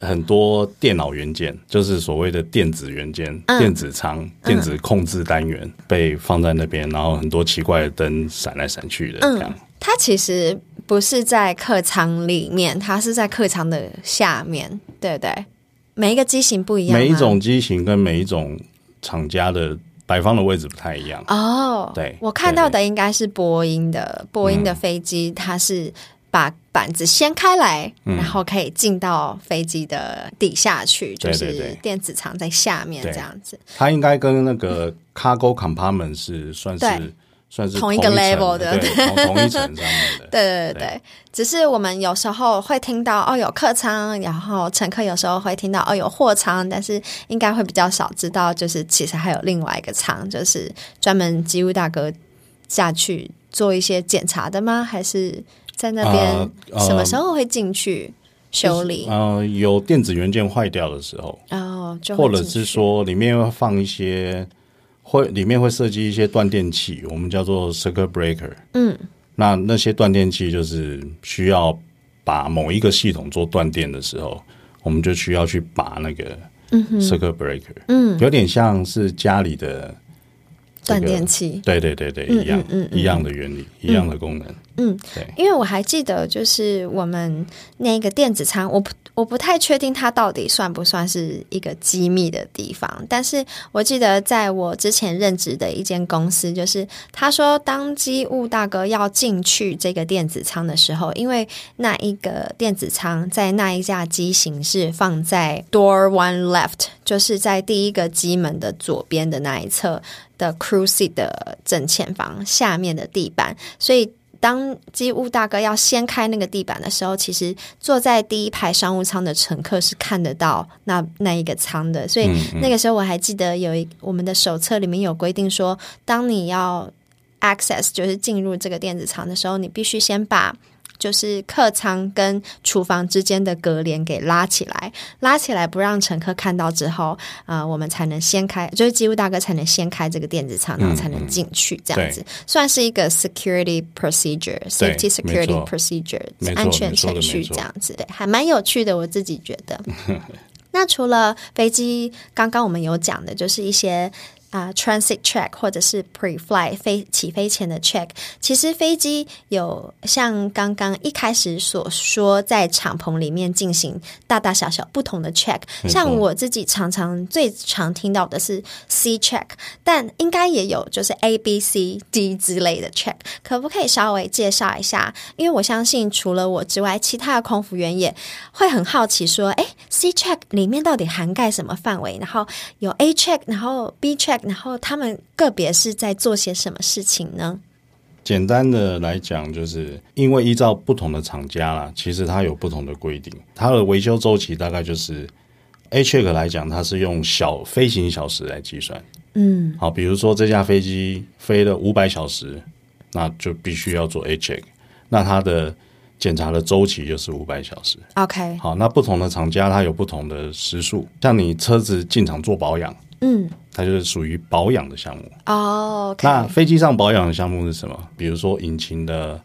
Speaker 1: 很多电脑元件，就是所谓的电子元件、
Speaker 2: 嗯
Speaker 1: 电子仓、电子控制单元被放在那边，然后很多奇怪的灯闪来闪去的
Speaker 2: 嗯
Speaker 1: 这样。
Speaker 2: 它其实不是在客舱里面，它是在客舱的下面，对不对？每一个机型不一样啊吗，
Speaker 1: 每一种机型跟每一种厂家的摆放的位置不太一样。
Speaker 2: 哦，
Speaker 1: 对嗯
Speaker 2: 我看到的应该是波音的，波音的飞机，它是把板子掀开来，
Speaker 1: 嗯
Speaker 2: 然后可以进到飞机的底下去，就
Speaker 1: 对对
Speaker 2: 是
Speaker 1: 对
Speaker 2: 电子舱在下面
Speaker 1: 对
Speaker 2: 这样子。
Speaker 1: 它应该跟那个 cargo compartment 是算
Speaker 2: 对
Speaker 1: 是算是
Speaker 2: 同一
Speaker 1: 一
Speaker 2: 个
Speaker 1: 层
Speaker 2: level 的
Speaker 1: 对，同同一层上面 的。
Speaker 2: 对对对对，只是我们有时候会听到哦有客舱，然后乘客有时候会听到哦有货舱，但是应该会比较少知道，就是其实还有另外一个舱，就是专门机务大哥下去做一些检查的吗？还是在那边
Speaker 1: 呃呃
Speaker 2: 什么时候会进去修理？
Speaker 1: 嗯、有电子元件坏掉的时候，
Speaker 2: 然后就会
Speaker 1: 呃或者
Speaker 2: 进去
Speaker 1: 是说里面会放一些，会里面会设计一些断电器，我们叫做 circuit breaker。嗯，那那些断电器就是需要把某一个系统做断电的时候，我们就需要去拔那个 circuit breaker。嗯，有点像是家里的这个
Speaker 2: 断电器。
Speaker 1: 对对对对，一样、一样的原理，一样的功能。
Speaker 2: 嗯，
Speaker 1: 对，
Speaker 2: 因为我还记得，就是我们那个电子仓，我不我不太确定它到底算不算是一个机密的地方，但是我记得在我之前任职的一间公司，就是他说，当机务大哥要进去这个电子仓的时候，因为那一个电子仓在那一架机型是放在 door one left，就是在第一个机门的左边的那一侧的 crew seat 的正前方下面的地板，所以。当机务大哥要掀开那个地板的时候，其实坐在第一排商务舱的乘客是看得到那那一个舱的，所以那个时候我还记得有一我们的手册里面有规定说，当你要 access 就是进入这个电子舱的时候，你必须先把就是客舱跟厨房之间的隔帘给拉起来，拉起来不让乘客看到之后，啊，我们才能掀开，就是机务大哥才能掀开这个电子
Speaker 1: 嗯
Speaker 2: 舱，然后才能进去，这样子、算是一个 security procedure，safety
Speaker 1: 对没
Speaker 2: security
Speaker 1: 错
Speaker 2: procedure
Speaker 1: 没错
Speaker 2: 安全
Speaker 1: 你说
Speaker 2: 程
Speaker 1: 的
Speaker 2: 序
Speaker 1: 没错
Speaker 2: 这样子，对，还蛮有趣的，我自己觉得。那除了飞机，刚刚我们有讲的，就是一些啊、transit check 或者是 pre-flight 飞起飞前的 check。其实飞机有像刚刚一开始所说，在敞篷里面进行大大小小不同的 check。
Speaker 1: 没错
Speaker 2: 像我自己常常最常听到的是 C check，但应该也有就是 A、B、C、D 之类的 check。可不可以稍微介绍一下？因为我相信除了我之外，其他的空服员也会很好奇说，哎，C check 里面到底涵盖什么范围？然后有 A check，然后 B check，然后他们个别是在做些什么事情呢？
Speaker 1: 简单的来讲，就是因为依照不同的厂家啦，其实它有不同的规定，它的维修周期大概就是 A check 来讲，它是用小飞行小时来计算。嗯，好，比如说这架飞机飞了五百小时，那就必须要做 A check，那它的检查的周期就是五百小时。
Speaker 2: OK，
Speaker 1: 好，那不同的厂家它有不同的时数，像你车子进厂做保养，
Speaker 2: 嗯，
Speaker 1: 它就是属于保养的项目。
Speaker 2: 哦，OK、
Speaker 1: 那飞机上保养的项目是什么？比如说引擎的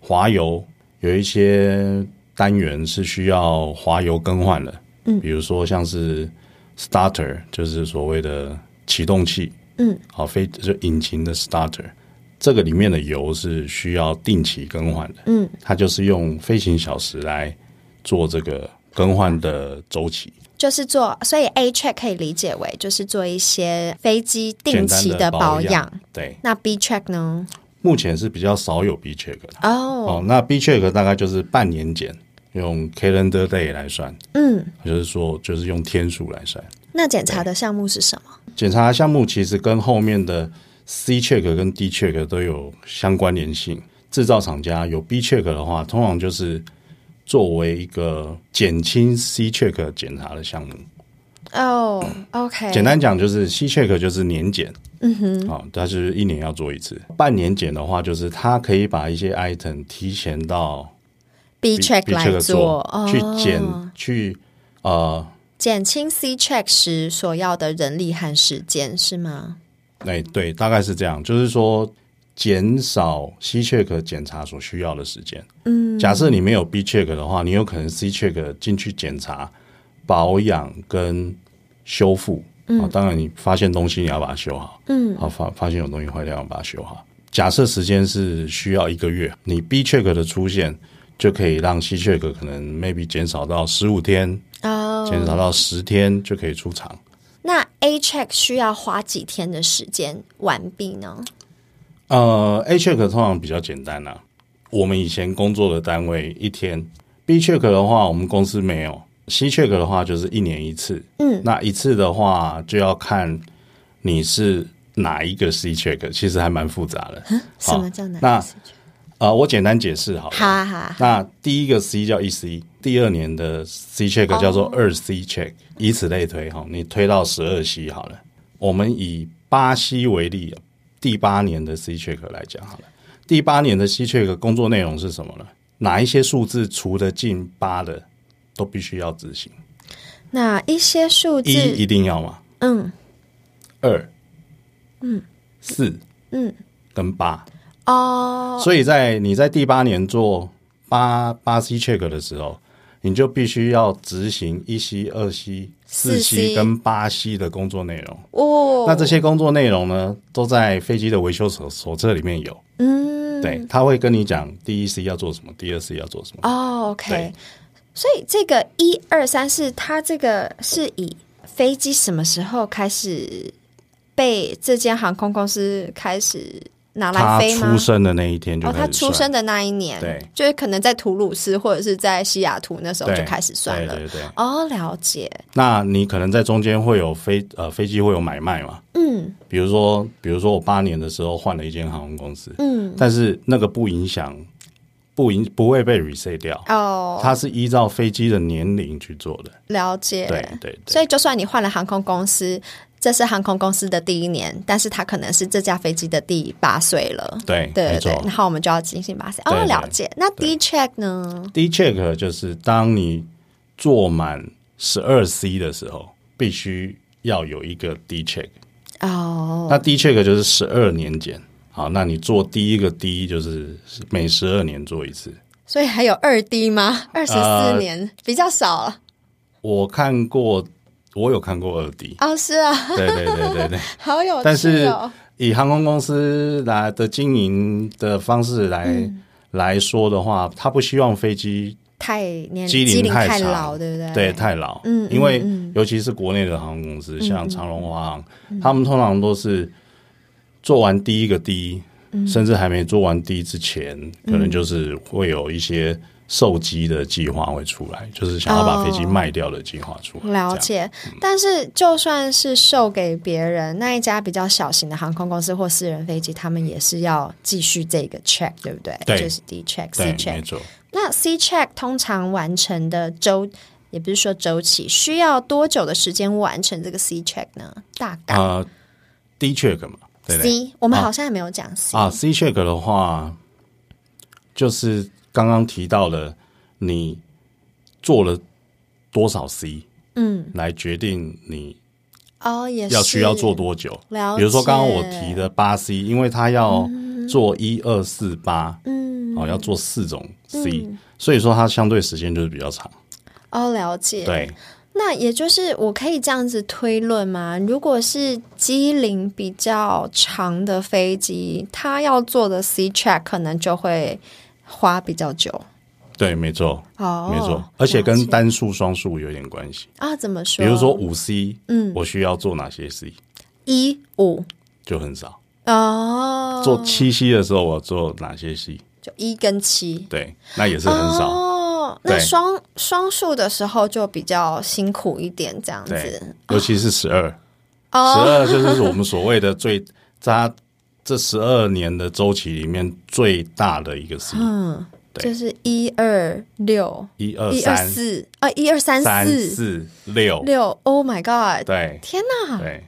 Speaker 1: 滑油，有一些单元是需要滑油更换的，嗯，比如说像是 starter 就是所谓的启动器，
Speaker 2: 嗯，
Speaker 1: 好，非就引擎的 starter，这个里面的油是需要定期更换的，
Speaker 2: 嗯，
Speaker 1: 它就是用飞行小时来做这个更换的周期。
Speaker 2: 就是做，所以 A check 可以理解为就是做一些飞机定期
Speaker 1: 简单的
Speaker 2: 保
Speaker 1: 保
Speaker 2: 养。
Speaker 1: 养对，
Speaker 2: 那 B check 呢？
Speaker 1: 目前是比较少有 B check 的，
Speaker 2: 哦，
Speaker 1: 哦，那 B check 大概就是半年检，用 calendar day 来算，
Speaker 2: 嗯，
Speaker 1: 就是说就是用天数来算。
Speaker 2: 那检查的项目是什么？
Speaker 1: 检查项目其实跟后面的 C check 跟 D check 都有相关联性。制造厂家有 B check 的话，通常就是作为一个减轻 C check 检查的项目。
Speaker 2: 哦，OK，
Speaker 1: 简单讲就是 C check 就是年检，
Speaker 2: 嗯哼，
Speaker 1: 啊、它是一年要做一次。半年检的话，就是它可以把一些 item 提前到
Speaker 2: B check
Speaker 1: B
Speaker 2: 来
Speaker 1: check
Speaker 2: 做，哦
Speaker 1: 去检去呃，
Speaker 2: 减轻 C check 时所要的人力和时间是吗？
Speaker 1: 哎对，大概是这样，就是说减少 C check 检查所需要的时间。
Speaker 2: 嗯，
Speaker 1: 假设你没有 B check 的话，你有可能 C check 进去检查、保养跟修复。嗯、啊，当然你发现东西你要把它修好。
Speaker 2: 嗯，
Speaker 1: 啊，发发现有东西坏掉，把它修好。假设时间是需要一个月，你 B check 的出现就可以让 C check 可能 maybe 减少到十五天，
Speaker 2: 哦，
Speaker 1: 减少到十天就可以出厂。
Speaker 2: 那 A check 需要花几天的时间完毕呢？
Speaker 1: 呃，A check 通常比较简单啦、我们以前工作的单位一天，B check 的话我们公司没有，C check 的话就是一年一次。
Speaker 2: 嗯，
Speaker 1: 那一次的话就要看你是哪一个 C check，其实还蛮复杂的。
Speaker 2: 什么叫难？
Speaker 1: 那啊，我简单解释好了。
Speaker 2: 好啊好啊，
Speaker 1: 那第一个 C 叫一 C，第二年的 C check 叫做二 C check，、以此类推哈，你推到十二 C 好了。我们以巴西为例，第八年的 C check 来讲好了。第八年的 C check 工作内容是什么呢？哪一些数字除了进八的都必须要执行？
Speaker 2: 那一些数
Speaker 1: 一
Speaker 2: 字，
Speaker 1: 一定要嘛？
Speaker 2: 嗯
Speaker 1: 二，嗯，四
Speaker 2: 嗯，
Speaker 1: 跟八。
Speaker 2: 哦，
Speaker 1: 所以在你在第八年做八八 C check 的时候，你就必须要执行一 C、二 C、四
Speaker 2: C
Speaker 1: C 跟八 C 的工作内容。
Speaker 2: 哦，
Speaker 1: 那这些工作内容呢，都在飞机的维修手手册里面有。
Speaker 2: 嗯，
Speaker 1: 对，他会跟你讲第一 C 要做什么，第二 C 要做什么。
Speaker 2: 哦，OK
Speaker 1: 对。
Speaker 2: 所以这个一二三四，它这个是以飞机什么时候开始被这间航空公司开始拿哦来
Speaker 1: 他
Speaker 2: 飞吗
Speaker 1: 出？生的那一天就
Speaker 2: 哦，
Speaker 1: 开始
Speaker 2: 他
Speaker 1: 算。
Speaker 2: 出生的那一年，
Speaker 1: 对，
Speaker 2: 就是可能在吐鲁斯或者是在西雅图那时候
Speaker 1: 对
Speaker 2: 就开始算了。
Speaker 1: 对对对。
Speaker 2: 哦，了解，
Speaker 1: 那你可能在中间会有飞呃飞机会有买卖嘛？
Speaker 2: 嗯
Speaker 1: 比如说，比如说我八年的时候换了一间航空公司，
Speaker 2: 嗯，
Speaker 1: 但是那个不影响，不影不会被 reset 掉，
Speaker 2: 哦，
Speaker 1: 它是依照飞机的年龄去做的。
Speaker 2: 了解，
Speaker 1: 对对对，
Speaker 2: 所以，就算你换了航空公司，这是航空公司的第一年，但是它可能是这架飞机的第八岁了。
Speaker 1: 对
Speaker 2: 对对
Speaker 1: 没
Speaker 2: 对，
Speaker 1: 错
Speaker 2: 然。后我们就要进行八岁。
Speaker 1: 对
Speaker 2: 哦，
Speaker 1: 对
Speaker 2: 了解。那
Speaker 1: 对
Speaker 2: D check 呢？
Speaker 1: D check 就是当你做满十二 C 的时候，必须要有一个 D check。
Speaker 2: 哦，
Speaker 1: 那 D check 就是十二年检。好，那你做第一个 D 就是每十二年做一次。
Speaker 2: 所以还有二 D 吗？二十四
Speaker 1: 呃
Speaker 2: 年、比较少了。
Speaker 1: 我看过，我有看过二 D。
Speaker 2: 哦，是啊，
Speaker 1: 对对对对对。
Speaker 2: 好有趣哦。
Speaker 1: 但是以航空公司来的经营的方式来、
Speaker 2: 嗯
Speaker 1: 来说的话，他不希望飞机
Speaker 2: 太年
Speaker 1: 机
Speaker 2: 龄
Speaker 1: 龄
Speaker 2: 机龄
Speaker 1: 太
Speaker 2: 太
Speaker 1: 长
Speaker 2: 老，对不对？
Speaker 1: 对太老，
Speaker 2: 嗯嗯
Speaker 1: 因为
Speaker 2: 嗯
Speaker 1: 尤其是国内的航空公司，像长荣、华航，他们通常都是做完第一个 D，、甚
Speaker 2: 嗯
Speaker 1: 至还没做完 D 之前，可能就是会有一些售机的计划会出来，就是想要把飞机
Speaker 2: 哦
Speaker 1: 卖掉的计划出来，
Speaker 2: 了
Speaker 1: 这样嗯
Speaker 2: 解，但是就算是售给别人，那一家比较小型的航空公司或私人飞机，他们也是要继续这个 check，对不对？
Speaker 1: 对
Speaker 2: 就是 D check、C
Speaker 1: 对，没
Speaker 2: check。
Speaker 1: 错。
Speaker 2: 那 C check 通常完成的周，也不是说周期，需要多久的时间完成这个 C check 呢？大概、
Speaker 1: 啊、d check 嘛，对不对
Speaker 2: C，我们好像也没有讲 C，、
Speaker 1: 啊，C check 的话，就是刚刚提到的，你做了多少 C
Speaker 2: 嗯，
Speaker 1: 来决定你
Speaker 2: 哦，也是
Speaker 1: 要需要做。多久。
Speaker 2: 了解，
Speaker 1: 比如说刚刚我提，的八 C，因为它要做一二四八，
Speaker 2: 嗯，
Speaker 1: 哦，要做四种 C，、所以说它相对时间就是比较长。
Speaker 2: 哦，了解，
Speaker 1: 对，
Speaker 2: 那也就是我可以这样子推论嘛？如果是机龄比较长的飞机，它要做的 C check 可能就会花比较久。
Speaker 1: 对，没错，
Speaker 2: 哦，
Speaker 1: 没错，而且
Speaker 2: 了
Speaker 1: 跟
Speaker 2: 解
Speaker 1: 单数、双数有点关系。
Speaker 2: 啊怎么
Speaker 1: 比
Speaker 2: 说？
Speaker 1: 如说五 C，
Speaker 2: 嗯
Speaker 1: 我需要做哪些 C
Speaker 2: 一五
Speaker 1: 就很少。
Speaker 2: 哦，
Speaker 1: 做七 C 的时候，我做哪些 C？
Speaker 2: 就一跟七
Speaker 1: 对，那也是很少。
Speaker 2: 哦，那
Speaker 1: 对
Speaker 2: 双双数的时候就比较辛苦一点，这样
Speaker 1: 对
Speaker 2: 子，
Speaker 1: 尤其是十二，十
Speaker 2: 哦，
Speaker 1: 二就是我们所谓的最它这十二年的周期里面最大的一个 C，
Speaker 2: 嗯，
Speaker 1: 对
Speaker 2: 就是一二六。
Speaker 1: 一二
Speaker 2: 一二
Speaker 1: 三
Speaker 2: 四啊，一二三
Speaker 1: 三
Speaker 2: 四
Speaker 1: 四六，
Speaker 2: 六，Oh my God！
Speaker 1: 对
Speaker 2: 天啊哪，
Speaker 1: 对，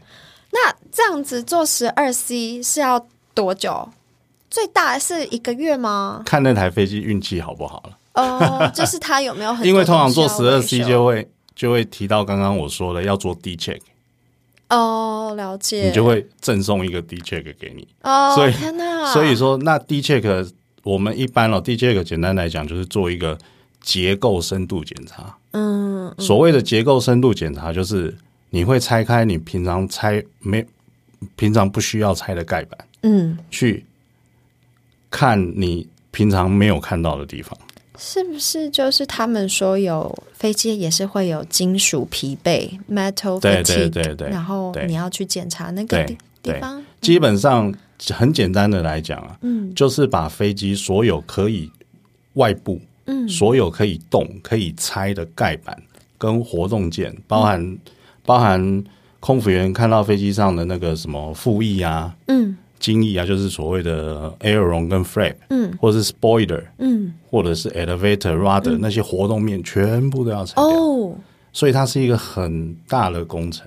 Speaker 2: 那这样子做十二 C 是要多久？最大是一个月吗？
Speaker 1: 看那台飞机运气好不好了。
Speaker 2: 哦，就是它有没有很多
Speaker 1: 因为通常做
Speaker 2: 东西
Speaker 1: 十
Speaker 2: 要
Speaker 1: 二
Speaker 2: 维
Speaker 1: C
Speaker 2: 修
Speaker 1: 就会就会提到刚刚我说的要做 D check，
Speaker 2: 哦，了解，
Speaker 1: 你就会赠送一个 D check 给你。
Speaker 2: 哦，
Speaker 1: 所以
Speaker 2: 天哪，
Speaker 1: 所以说，那 D check 我们一般哦，D check 简单来讲就是做一个结构深度检查。
Speaker 2: 嗯，
Speaker 1: 所谓的结构深度检查，就是你会拆开你平常拆没平常不需要拆的盖板，
Speaker 2: 嗯，
Speaker 1: 去看你平常没有看到的地方。
Speaker 2: 是不是就是他们说有飞机也是会有金属疲惫 （metal
Speaker 1: 对
Speaker 2: fatigue），
Speaker 1: 对对对
Speaker 2: 然后
Speaker 1: 对
Speaker 2: 你要去检查那个
Speaker 1: 对
Speaker 2: 地地
Speaker 1: 对
Speaker 2: 方，嗯
Speaker 1: 基本上很简单的来讲啊，嗯，就是把飞机所有可以外部，嗯，所有可以动、可以拆的盖板跟活动件，包含、包含空服员看到飞机上的那个什么副翼啊、
Speaker 2: 嗯
Speaker 1: 襟翼啊，就是所谓的 aileron 跟 flap，
Speaker 2: 嗯，
Speaker 1: 或者是 spoiler，
Speaker 2: 嗯，
Speaker 1: 或者是 elevator rudder、那些活动面全部都要拆掉，
Speaker 2: 哦。
Speaker 1: 所以它是一个很大的工程。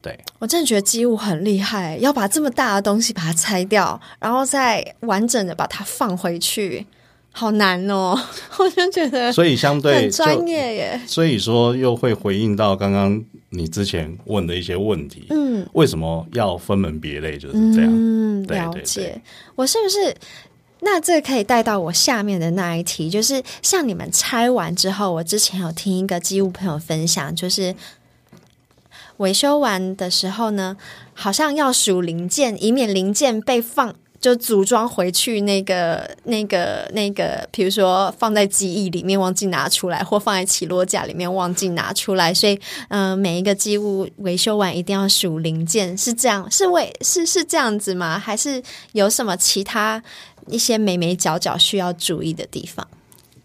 Speaker 1: 对，
Speaker 2: 我真的觉得机务很厉害，要把这么大的东西把它拆掉，然后再完整的把它放回去，好难哦！我就觉得
Speaker 1: 所以相对
Speaker 2: 呃很
Speaker 1: 就。
Speaker 2: 专业耶。
Speaker 1: 所以说，又会回应到刚刚你之前问的一些问题。
Speaker 2: 嗯，
Speaker 1: 为什么要分门别类？就是这样。
Speaker 2: 嗯，
Speaker 1: 对
Speaker 2: 了
Speaker 1: 对
Speaker 2: 解。
Speaker 1: 对
Speaker 2: 我是不是？那这可以带到我下面的那一题，就是像你们拆完之后，我之前有听一个机务朋友分享，就是维修完的时候呢，好像要数零件，以免零件被放就组装回去那个那个那个，比如说放在机翼里面忘记拿出来，或放在起落架里面忘记拿出来，所以嗯、呃每一个机务维修完一定要数零件，是这样？是为是是这样子吗？还是有什么其他一些眉眉角角需要注意的地方？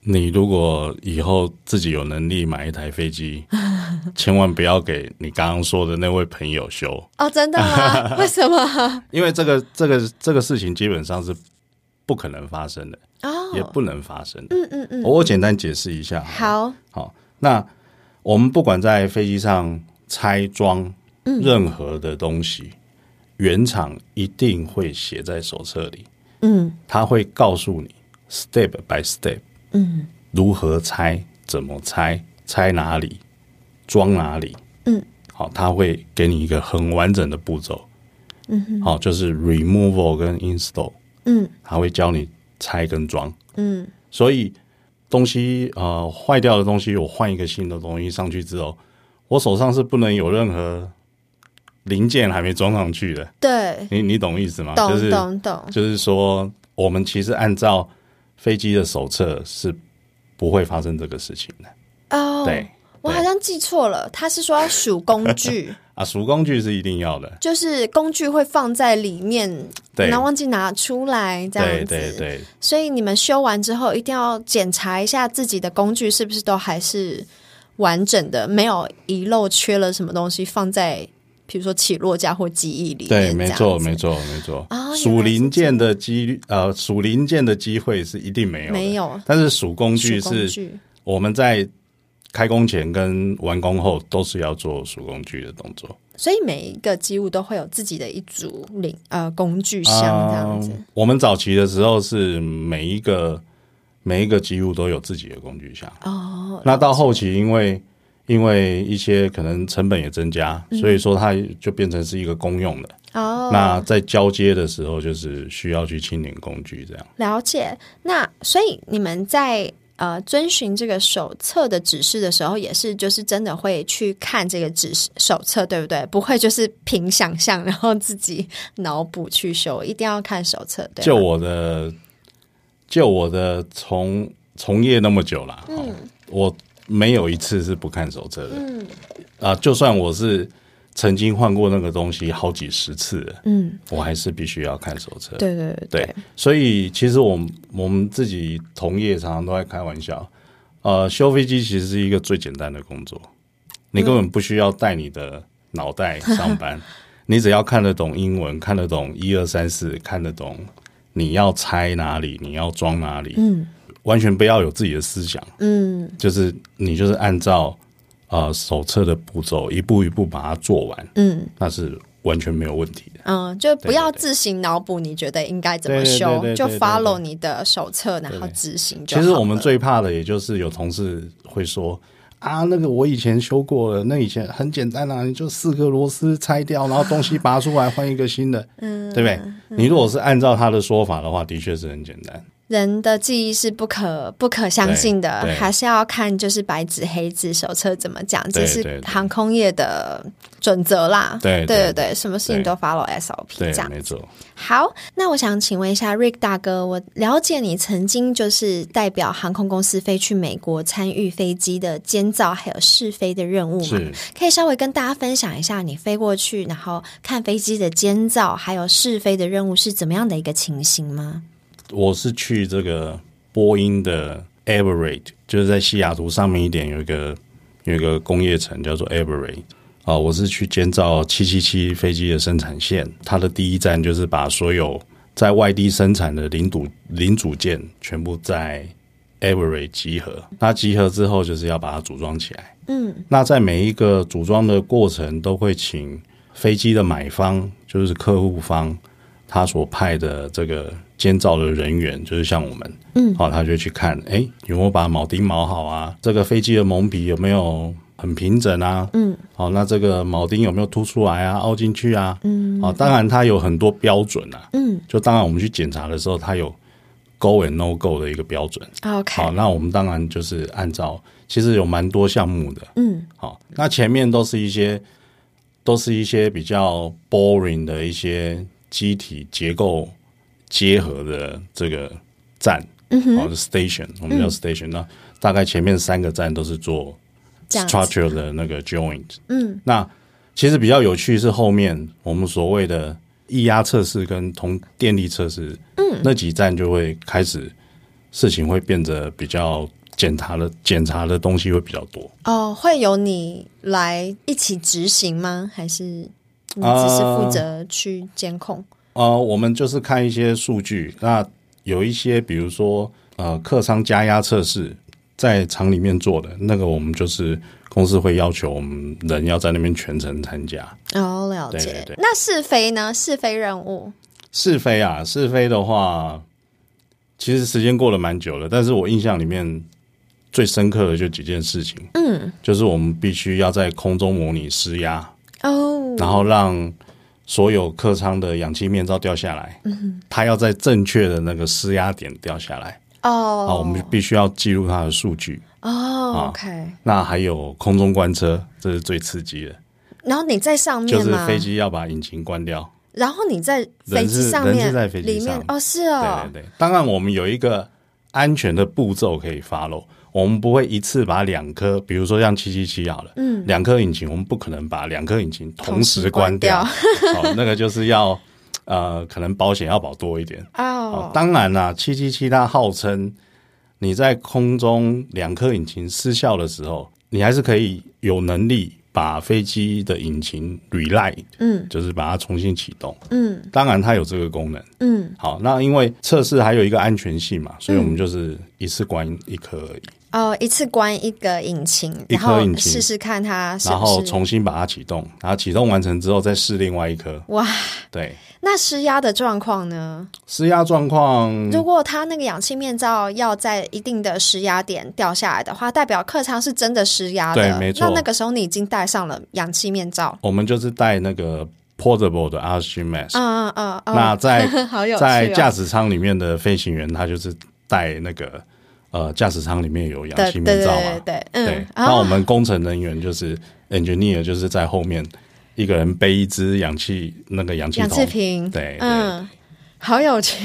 Speaker 1: 你如果以后自己有能力买一台飞 机，千万不要给你刚刚说的那位朋友修，
Speaker 2: 哦，真的 吗？为什么？
Speaker 1: 因为这个、这个、这个事情基本上是不可能发生的，也
Speaker 2: 哦，
Speaker 1: 不能发生的。
Speaker 2: 嗯嗯嗯，
Speaker 1: 我简单解释一下。，
Speaker 2: 好，
Speaker 1: 好，那我们不管在飞机上拆装
Speaker 2: 嗯
Speaker 1: 任何的东西，原厂一定会写在手册里，
Speaker 2: 嗯
Speaker 1: 它会告诉你 step by step
Speaker 2: 嗯
Speaker 1: 如何拆、怎么拆、拆哪里、装哪里。
Speaker 2: 嗯，
Speaker 1: 好，它会给你一个很完整的步骤。嗯，好，就是 removal 跟 install，
Speaker 2: 嗯
Speaker 1: 它会教你拆跟装。
Speaker 2: 嗯
Speaker 1: 所以东西呃坏掉的东西，我换一个新的东西上去之后，我手上是不能有任何零件还没装上去的。
Speaker 2: 对，
Speaker 1: 你你懂意思吗？就
Speaker 2: 懂
Speaker 1: 是
Speaker 2: 懂懂，
Speaker 1: 就是说，我们其实按照飞机的手册是不会发生这个事情的。
Speaker 2: 哦，
Speaker 1: 对
Speaker 2: 我好像记错了，他是说要数工 具，
Speaker 1: 啊，数工具是一定要的。
Speaker 2: 就是工具会放在里面，
Speaker 1: 对
Speaker 2: 然后忘记拿出来这样
Speaker 1: 对对
Speaker 2: 子。
Speaker 1: 对，
Speaker 2: 所以你们修完之后，一定要检查一下自己的工具是不是都还是完整的，没有遗漏缺了什么东西放在，比如说起落架或机翼里面。
Speaker 1: 对，没错，
Speaker 2: 这样
Speaker 1: 没
Speaker 2: 子
Speaker 1: 错，没错
Speaker 2: 哦原来。是
Speaker 1: 数零件的机率呃，数零件的机会是一定没有的，
Speaker 2: 没有
Speaker 1: 但是数工具
Speaker 2: 数工
Speaker 1: 是
Speaker 2: 具
Speaker 1: 我们在开工前跟完工后都是要做数工具的动作。
Speaker 2: 所以每一个机务都会有自己的一组领呃工具箱这样子。
Speaker 1: 嗯我们早期的时候是每一个每一个机务都有自己的工具箱。
Speaker 2: 哦，
Speaker 1: 那到后期，因为因为一些可能成本也增加，所以说它就变成是一个公用的。
Speaker 2: 嗯哦，
Speaker 1: 那在交接的时候，就是需要去清点工具这样。
Speaker 2: 了解。那所以你们在呃遵循这个手册的指示的时候，也是就是真的会去看这个指示手册，对不对？不会就是凭想象，然后自己脑补去修，一定要看手册。对吧，
Speaker 1: 就我的，就我的从从业那么久了，嗯，我没有一次是不看手册的，嗯，啊，就算我是曾经换过那个东西好几十次了，
Speaker 2: 嗯，
Speaker 1: 我还是必须要看手册，
Speaker 2: 对对对
Speaker 1: 对，所以其实我们我们自己同业常常都在开玩笑，呃，修飞机其实是一个最简单的工作，你根本不需要带你的脑袋上班， 你只要看得懂英文，看得懂一二三四，看得懂你要拆哪里，你要装哪里，嗯，完全不要有自己的思想，
Speaker 2: 嗯
Speaker 1: 就是你就是按照呃手册的步骤一步一步把它做完，
Speaker 2: 嗯
Speaker 1: 那是完全没有问题的。
Speaker 2: 嗯，就不
Speaker 1: 对
Speaker 2: 要
Speaker 1: 对
Speaker 2: 自行脑补你觉得应该怎么
Speaker 1: 对对
Speaker 2: 修，
Speaker 1: 对对
Speaker 2: 就
Speaker 1: 对对
Speaker 2: follow
Speaker 1: 对
Speaker 2: 你的手册，然后
Speaker 1: 对
Speaker 2: 执行就
Speaker 1: 其实
Speaker 2: 好
Speaker 1: 我们
Speaker 2: 了
Speaker 1: 最怕的，也就是有同事会说啊，那个我以前修过了，那以前很简单啊，你就四个螺丝拆掉，然后东西拔出来换一个新的，嗯，对不对？你如果是按照他的说法的话，的确是很简单，
Speaker 2: 人的记忆是不可不可相信的
Speaker 1: 对，对
Speaker 2: 还是要看就是白纸黑字手册怎么讲，这
Speaker 1: 对
Speaker 2: 是
Speaker 1: 对对
Speaker 2: 航空业的准则啦。
Speaker 1: 对
Speaker 2: 对
Speaker 1: 对
Speaker 2: 对对，什么事情都 follow SOP 这
Speaker 1: 对，
Speaker 2: 样。
Speaker 1: 没错。
Speaker 2: 好，那我想请问一下 Rick 大哥，我了解你曾经就是代表航空公司飞去美国参与飞机的监造还有试飞的任务嘛？
Speaker 1: 是
Speaker 2: 可以稍微跟大家分享一下你飞过去，然后看飞机的监造还有试飞的任务是怎么样的一个情形吗？
Speaker 1: 我是去这个波音的 Everett，就是在西雅图上面一点有一个有一个工业城叫做 Everett。啊、我是去监造七七七飞机的生产线，它的第一站就是把所有在外地生产的零组零组件全部在 Everett 集合。那集合之后，就是要把它组装起来。嗯，那在每一个组装的过程，都会请飞机的买方，就是客户方，他所派的这个监造的人员，就是像我们，嗯，好、他就去看，哎、有没有把铆钉铆好啊？这个飞机的蒙皮有没有很平整啊？嗯，好、那这个铆钉有没有凸出来啊？凹进去啊？嗯，好、当然它有很多标准啊，嗯，就当然我们去检查的时候，它有 go and no go 的一个标准。
Speaker 2: OK，
Speaker 1: 好，那我们当然就是按照，其实有蛮多项目的，
Speaker 2: 嗯，
Speaker 1: 好，那前面都是一些都是一些比较 boring 的一些机体结构结合的这个站，嗯哼，是 station，我们叫 station、那大概前面三个站都是做
Speaker 2: 这样子
Speaker 1: structure 的那个 joint，嗯，那其实比较有趣是后面我们所谓的液压测试跟同电力测试，嗯，那几站就会开始事情会变得比较检查的检查的东西会比较多，
Speaker 2: 哦，会由你来一起执行吗？还是你只是负责去监控？
Speaker 1: 呃，我们就是看一些数据，那有一些比如说呃客舱加压测试在厂里面做的那个，我们就是公司会要求我们人要在那边全程参加。
Speaker 2: 哦，了
Speaker 1: 对
Speaker 2: 解。
Speaker 1: 对对
Speaker 2: 那是非呢？是非任务
Speaker 1: 是非啊，是非的话，其实时间过了蛮久了，但是我印象里面最深刻的就几件事情，嗯，就是我们必须要在空中模拟施压，
Speaker 2: 哦，
Speaker 1: 然后让所有客舱的氧气面罩掉下来，嗯，它要在正确的那个施压点掉下来。
Speaker 2: 哦，
Speaker 1: 好，我们必须要记录它的数据。
Speaker 2: 哦
Speaker 1: 啊
Speaker 2: ，OK。
Speaker 1: 那还有空中关车，这是最刺激的，
Speaker 2: 然后你在上
Speaker 1: 就
Speaker 2: 面
Speaker 1: 是
Speaker 2: 嗯吗？
Speaker 1: 飞机要把引擎关掉。
Speaker 2: 然后你在飞机上
Speaker 1: 人
Speaker 2: 面，
Speaker 1: 是在飞机
Speaker 2: 里
Speaker 1: 上
Speaker 2: 面哦，是
Speaker 1: 对
Speaker 2: 哦
Speaker 1: 对，对，当然我们有一个安全的步骤可以 follow，我们不会一次把两颗，比如说像七七七好了，嗯，两颗引擎，我们不可能把两颗引擎同时关掉， 哦，那个就是要呃，可能保险要保多一点。哦
Speaker 2: 哦，，
Speaker 1: 当然啦，七七七它号称你在空中两颗引擎失效的时候，你还是可以有能力把飞机的引擎 relight，嗯，就是把它重新启动，嗯，当然它有这个功能，
Speaker 2: 嗯，
Speaker 1: 好，那因为测试还有一个安全性嘛，所以我们就是一次关一颗而已，
Speaker 2: 哦，一次关一个引擎，
Speaker 1: 一
Speaker 2: 然
Speaker 1: 颗
Speaker 2: 后
Speaker 1: 引擎
Speaker 2: 试试看它是不
Speaker 1: 然
Speaker 2: 是。
Speaker 1: 后重新把它启动，然后启动完成之后再试另外一颗，
Speaker 2: 哇，
Speaker 1: 对，
Speaker 2: 那施压的状况呢？
Speaker 1: 施压状况
Speaker 2: 如果它那个氧气面罩要在一定的施压点掉下来的话，代表客舱是真的施压的。
Speaker 1: 对没错
Speaker 2: 那那个时候你已经戴上了氧气面罩。
Speaker 1: 我们就是带那个 portable 的 oxygen mask，
Speaker 2: 嗯嗯嗯，
Speaker 1: 那在
Speaker 2: 嗯好有趣、哦，
Speaker 1: 在驾驶舱里面的飞行员，他就是戴那个呃驾驶舱里面有氧
Speaker 2: 对
Speaker 1: 气
Speaker 2: 对
Speaker 1: 面
Speaker 2: 对
Speaker 1: 罩嘛，
Speaker 2: 对对，
Speaker 1: 对
Speaker 2: 嗯，，
Speaker 1: 那我
Speaker 2: 哦
Speaker 1: 们工程人员就是 engineer，就是在后面一个人背一支氧气那个氧气
Speaker 2: 氧
Speaker 1: 筒
Speaker 2: 气，瓶，
Speaker 1: 对对
Speaker 2: 嗯，好有趣，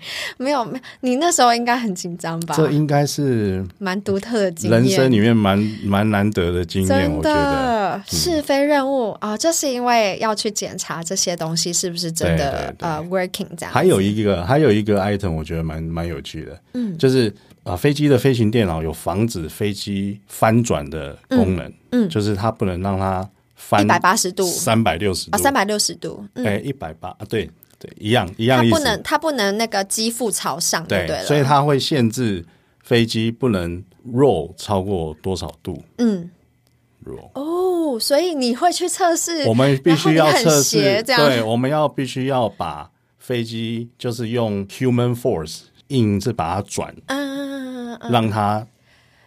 Speaker 2: 没有没有，你那时候应该很紧张吧？
Speaker 1: 这应该是
Speaker 2: 蛮独特的经验，
Speaker 1: 人生里面蛮蛮难得的经验，
Speaker 2: 真
Speaker 1: 我觉得。嗯
Speaker 2: 的是非任务啊、就是因为要去检查这些东西是不是真的
Speaker 1: 对对对
Speaker 2: 呃 working 这样。
Speaker 1: 还有一个还有一个 item，我觉得蛮蛮有趣的，嗯，就是啊、呃飞机的飞行电脑有防止飞机翻转的功能，嗯，就是它不能让它翻
Speaker 2: 一百八十度
Speaker 1: 三百六十
Speaker 2: 啊，
Speaker 1: 度，
Speaker 2: 三百六十度，嗯，
Speaker 1: 哎，一百八，对对，一样一
Speaker 2: 它
Speaker 1: 样意思，
Speaker 2: 不能它不能那个肌腹朝上，
Speaker 1: 对，
Speaker 2: 对了，
Speaker 1: 所以它会限制飞机不能 roll 超过多少度
Speaker 2: 嗯
Speaker 1: roll。
Speaker 2: 哦，所以你会去测试，
Speaker 1: 我们必须要
Speaker 2: 然后你
Speaker 1: 测
Speaker 2: 很
Speaker 1: 试
Speaker 2: 斜，这样
Speaker 1: 对，我们要必须要把飞机就是用 human force 硬是把它转，
Speaker 2: 嗯嗯嗯
Speaker 1: 让它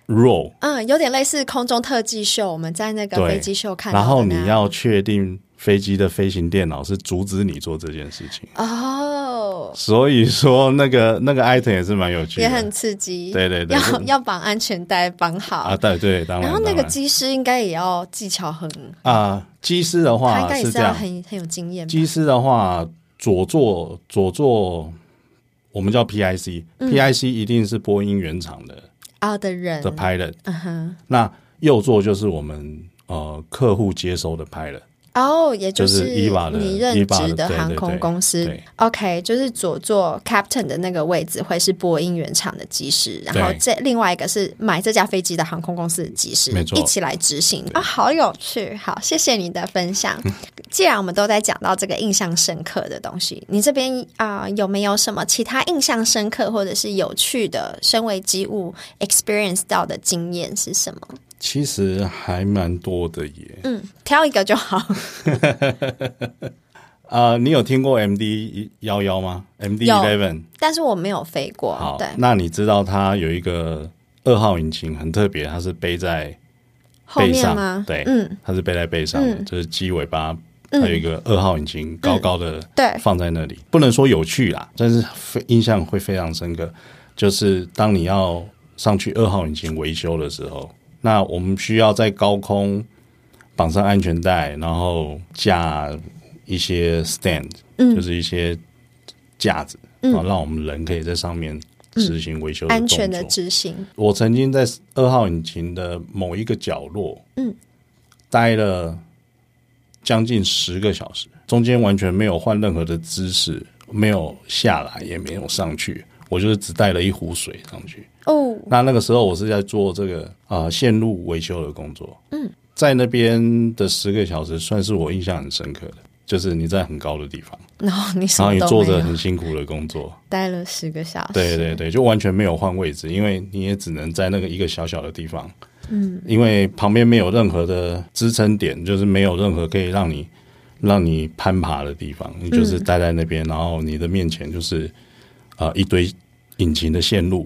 Speaker 1: roll，
Speaker 2: 嗯，有点类似空中特技秀，我们在那个
Speaker 1: 对
Speaker 2: 飞机秀看到
Speaker 1: 然
Speaker 2: 的
Speaker 1: 后
Speaker 2: 那
Speaker 1: 你
Speaker 2: 样
Speaker 1: 要确定飞机的飞行电脑是阻止你做这件事情。
Speaker 2: 哦，
Speaker 1: 所以说，那个那个 item 也是蛮有趣
Speaker 2: 也
Speaker 1: 的，
Speaker 2: 很刺激，
Speaker 1: 对对对
Speaker 2: 要
Speaker 1: 这
Speaker 2: 要绑安全带绑好，
Speaker 1: 啊，对对，当然。
Speaker 2: 然后那个
Speaker 1: 当
Speaker 2: 机师应该也要技巧很，
Speaker 1: 啊，机师的
Speaker 2: 他应
Speaker 1: 话
Speaker 2: 该也
Speaker 1: 是
Speaker 2: 是
Speaker 1: 这
Speaker 2: 要
Speaker 1: 样，
Speaker 2: 很很有经验吧。
Speaker 1: 机师的话，左座左座，我们叫 PIC，PIC、PIC
Speaker 2: 嗯
Speaker 1: 一定是波音原厂的
Speaker 2: 啊的人，
Speaker 1: 的 pilot，、
Speaker 2: 嗯哼，
Speaker 1: 那右座就是我们呃客户接收的 pilot，
Speaker 2: 哦，也就
Speaker 1: 就是
Speaker 2: 是
Speaker 1: EVA 的
Speaker 2: 你任
Speaker 1: EVA
Speaker 2: 职
Speaker 1: 的对
Speaker 2: 航
Speaker 1: 对
Speaker 2: 空
Speaker 1: 对
Speaker 2: 公司
Speaker 1: 对
Speaker 2: OK，就是左座 captain 的那个位置会是波音原厂的机师，然后
Speaker 1: 对
Speaker 2: 这另外一个是买这架飞机的航空公司的机师，
Speaker 1: 没错
Speaker 2: 一起来执行啊，好有趣，好，谢谢你的分享。
Speaker 1: 嗯
Speaker 2: 既然我们都在讲到这个印象深刻的东西，你这边啊、有没有什么其他印象深刻或者是有趣的身为机务 experience 到的经验是什么？
Speaker 1: 其实还蛮多的耶。
Speaker 2: 嗯，挑一个就好。
Speaker 1: 啊，你有听过 MD 幺幺吗？MD
Speaker 2: 有
Speaker 1: eleven，
Speaker 2: 但是我没有飞过
Speaker 1: 好，
Speaker 2: 对，
Speaker 1: 那你知道它有一个二号引擎很特别，它是背在
Speaker 2: 后
Speaker 1: 背
Speaker 2: 面
Speaker 1: 上，
Speaker 2: 吗？
Speaker 1: 对，
Speaker 2: 嗯，
Speaker 1: 它是背在背上的，就是鸡尾巴，还有一个二号引擎
Speaker 2: 嗯
Speaker 1: 高高的
Speaker 2: 对
Speaker 1: 放在那里，不能说有趣啦，但是非印象会非常深刻。就是当你要上去二号引擎维修的时候，那我们需要在高空绑上安全带，然后架一些 stand，、就是一
Speaker 2: 嗯
Speaker 1: 些架子，然后让我们人可以在上面执行维修的
Speaker 2: 安
Speaker 1: 动作。
Speaker 2: 全的执行，
Speaker 1: 我曾经在二号引擎的某一个角落，嗯，待了将近十个小时，中间完全没有换任何的姿势，没有下来，也没有上去，我就是只带了一壶水上去。
Speaker 2: 哦，
Speaker 1: 那那个时候我是在做这个啊、呃线路维修的工作，嗯，在那边的十个小时算是我印象很深刻的，就是你在很高的地方，
Speaker 2: 然后你什
Speaker 1: 然后
Speaker 2: 么
Speaker 1: 你
Speaker 2: 都
Speaker 1: 做
Speaker 2: 没
Speaker 1: 着
Speaker 2: 有，
Speaker 1: 很辛苦的工作，
Speaker 2: 待了十个小时，
Speaker 1: 对对对，就完全没有换位置，因为你也只能在那个一个小小的地方，嗯，因为旁边没有任何的支撑点，就是没有任何可以让你让你攀爬的地方，你就是待在那边，然后你的面前就是呃一堆引擎的线路，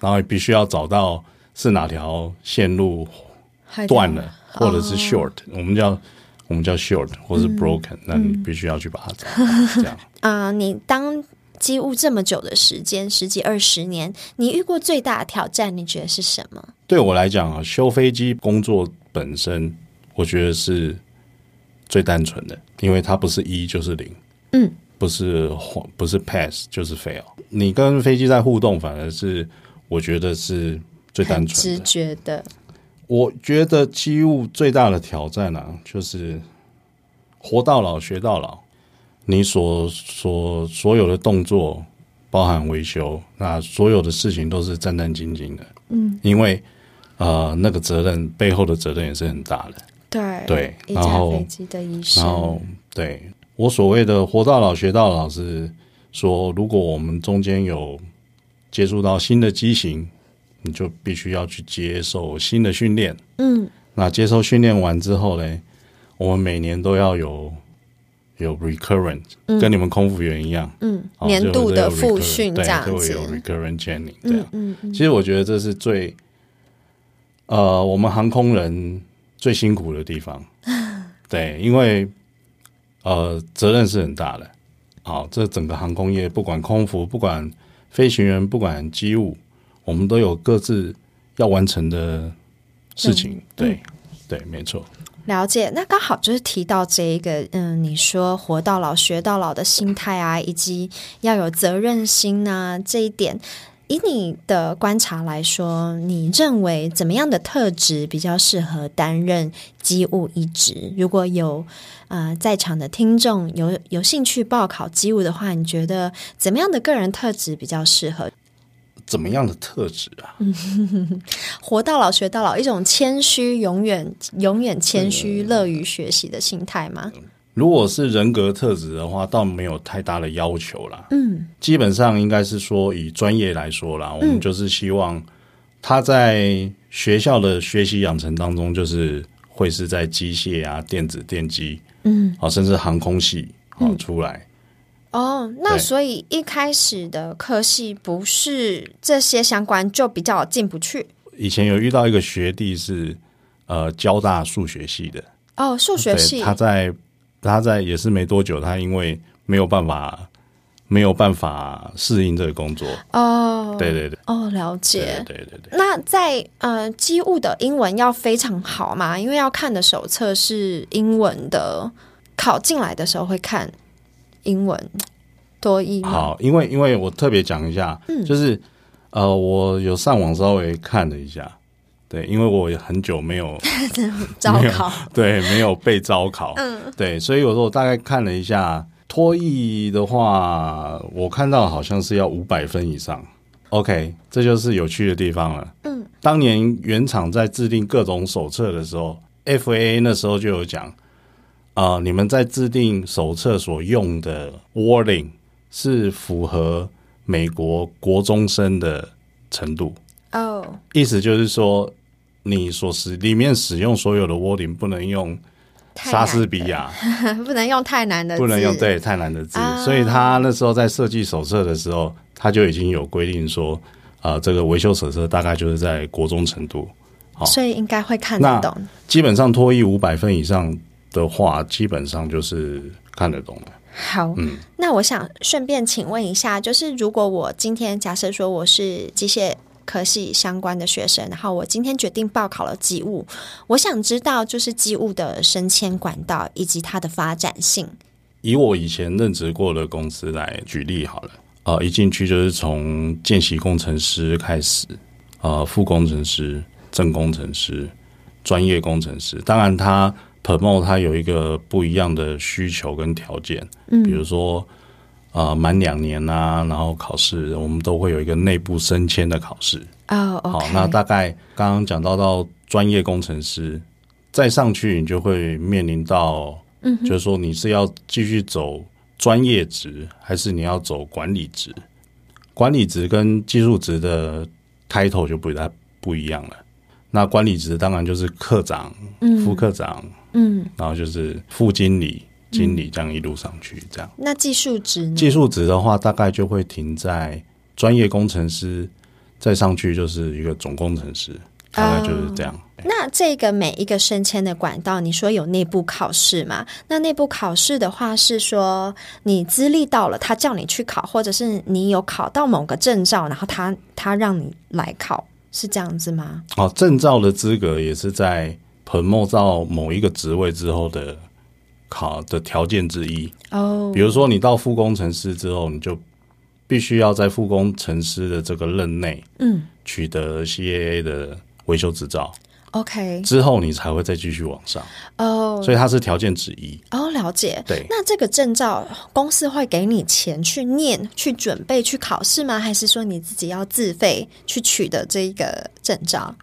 Speaker 1: 然后你必须要找到是哪条线路
Speaker 2: 还
Speaker 1: 断了，或者是 short，、我们叫我们叫 short 或是 broken，、那你必须要去把它找到，这样。
Speaker 2: 啊、你当机务这么久的时间，十几二十年，你遇过最大的挑战，你觉得是什么？
Speaker 1: 对我来讲啊，修飞机工作本身，我觉得是最单纯的，因为它不是一就是零，
Speaker 2: 嗯，
Speaker 1: 不是晃不是 pass 就是 fail。你跟飞机在互动，反而是我觉得是最单
Speaker 2: 很
Speaker 1: 纯
Speaker 2: 直
Speaker 1: 的。
Speaker 2: 觉的，
Speaker 1: 我觉得机务最大的挑战啊，就是活到老学到老。你所所所有的动作，包含维修，那所有的事情都是战战兢兢的。嗯，因为呃，那个责任背后的责任也是很大的。
Speaker 2: 对
Speaker 1: 对
Speaker 2: 一
Speaker 1: 然
Speaker 2: 架
Speaker 1: 后
Speaker 2: 飞机的医
Speaker 1: 然
Speaker 2: 生
Speaker 1: 后，对我所谓的活到老学到老是说，如果我们中间有接触到新的机型，你就必须要去接受新的训练。
Speaker 2: 嗯，
Speaker 1: 那接受训练完之后嘞，我们每年都要有有 recurrent，、跟你们空服员一样，
Speaker 2: 嗯，
Speaker 1: 哦
Speaker 2: 年度的
Speaker 1: 就会有
Speaker 2: 复训
Speaker 1: recurrent，
Speaker 2: 这
Speaker 1: 对
Speaker 2: 样
Speaker 1: 就会
Speaker 2: 子，
Speaker 1: 有 recurrent training 这
Speaker 2: 嗯
Speaker 1: 样。
Speaker 2: 嗯嗯，
Speaker 1: 其实我觉得这是最呃，我们航空人最辛苦的地方， 对，因为呃，责任是很大的。哦好，这整个航空业，不管空服，不管飞行员，不管机务，我们都有各自要完成的事
Speaker 2: 嗯
Speaker 1: 情。对，对，没错。
Speaker 2: 了解，那刚好就是提到这一个，嗯，你说活到老学到老的心态啊，以及要有责任心啊，这一点，以你的观察来说，你认为怎么样的特质比较适合担任机务一职？如果有啊、呃在场的听众有有兴趣报考机务的话，你觉得怎么样的个人特质比较适合？
Speaker 1: 怎么样的特质啊？
Speaker 2: 活到老学到老，一种谦虚，永远永远谦虚，乐于学习的心态吗？
Speaker 1: 如果是人格特质的话，倒没有太大的要求啦。嗯，基本上应该是说，以专业来说啦，我们就是希望他在学校的学习养成当中，就是会是在机械啊、电子、电机，嗯，好，甚至航空系，好、出来。
Speaker 2: 哦，那
Speaker 1: 对
Speaker 2: 所以一开始的科系不是这些相关，就比较进不去。
Speaker 1: 以前有遇到一个学弟是呃交大数学系的，
Speaker 2: 哦，数学
Speaker 1: 对，
Speaker 2: 系
Speaker 1: 他在他在也是没多久，他因为没有办法没有办法适应这个工作，
Speaker 2: 哦
Speaker 1: 对对对
Speaker 2: 哦，了解。
Speaker 1: 对对对对，
Speaker 2: 那在呃，机务的英文要非常好嘛，因为要看的手册是英文的，考进来的时候会看英文多译吗？
Speaker 1: 好，因为因为我特别讲一下，
Speaker 2: 嗯
Speaker 1: 就是呃，我有上网稍微看了一下。对，因为我也很久没有
Speaker 2: 招
Speaker 1: 没有
Speaker 2: 考
Speaker 1: 对没有被招考，嗯， 对，所以有时候我大概看了一下，脱译的话，我看到好像是要五百分以上。OK，这就是有趣的地方了。嗯，当年原厂在制定各种手册的时候，FAA 那时候就有讲，啊、你们在制定手册所用的 warning 是符合美国国中生的程度。
Speaker 2: 哦，
Speaker 1: 意思就是说，你所使里面使用所有的 wording 不能用
Speaker 2: 太
Speaker 1: 莎士
Speaker 2: 难呃
Speaker 1: 比亚，
Speaker 2: 不能用太难的字，
Speaker 1: 不 能用对太难的字，
Speaker 2: 啊
Speaker 1: 所以他那时候在设计手册的时候，他就已经有规定说，啊，这个维修手册大概就是在国中程度，好
Speaker 2: 所以应该会看
Speaker 1: 哦那
Speaker 2: 得懂。
Speaker 1: 基本上脱译五百分以上的话，基本上就是看得懂了。
Speaker 2: 好，
Speaker 1: 嗯
Speaker 2: 那我想顺便请问一下，就是如果我今天假设说我是机械科系相关的学生，然后我今天决定报考了机务，我想知道就是机务的升迁管道以及它的发展性。
Speaker 1: 以我以前任职过的公司来举例好了，呃，一进去就是从见习工程师开始，呃，副工程师、正工程师、专业工程师，当然他 promote 他有一个不一样的需求跟条件，嗯，比如说呃满两年啊，然后考试，我们都会有一个内部升迁的考试，
Speaker 2: 哦、o
Speaker 1: 好
Speaker 2: k，
Speaker 1: 那大概刚刚讲到到专业工程师，再上去你就会面临到，嗯，就是说你是要继续走专业职，还是你要走管理职？管理职跟技术职的 title 就不太不一样了。那管理职当然就是科长、副科长，嗯，然后就是副经理、经理这样一路上去，这样。
Speaker 2: 那技术职呢？
Speaker 1: 技术值的话，大概就会停在专业工程师，再上去就是一个总工程师，大概就是这样。
Speaker 2: 那这个每一个升迁的管道，你说有内部考试嘛？那内部考试的话，是说你资历到了，他叫你去考，或者是你有考到某个证照，然后他他让你来考，是这样子吗？
Speaker 1: 哦，证照的资格也是在 promote 到某一个职位之后的考的条件之一。
Speaker 2: 哦、
Speaker 1: 比如说，你到副工程师之后，你就必须要在副工程师的这个任内，
Speaker 2: 嗯，
Speaker 1: 取得 CAA 的维修执照，
Speaker 2: o k
Speaker 1: 之后你才会再继续往上。
Speaker 2: 哦
Speaker 1: 所以它是条件之一。
Speaker 2: 哦，了解。
Speaker 1: 对
Speaker 2: 那这个证照公司会给你钱去念、去准备、去考试吗？还是说你自己要自费去取得这一个证照？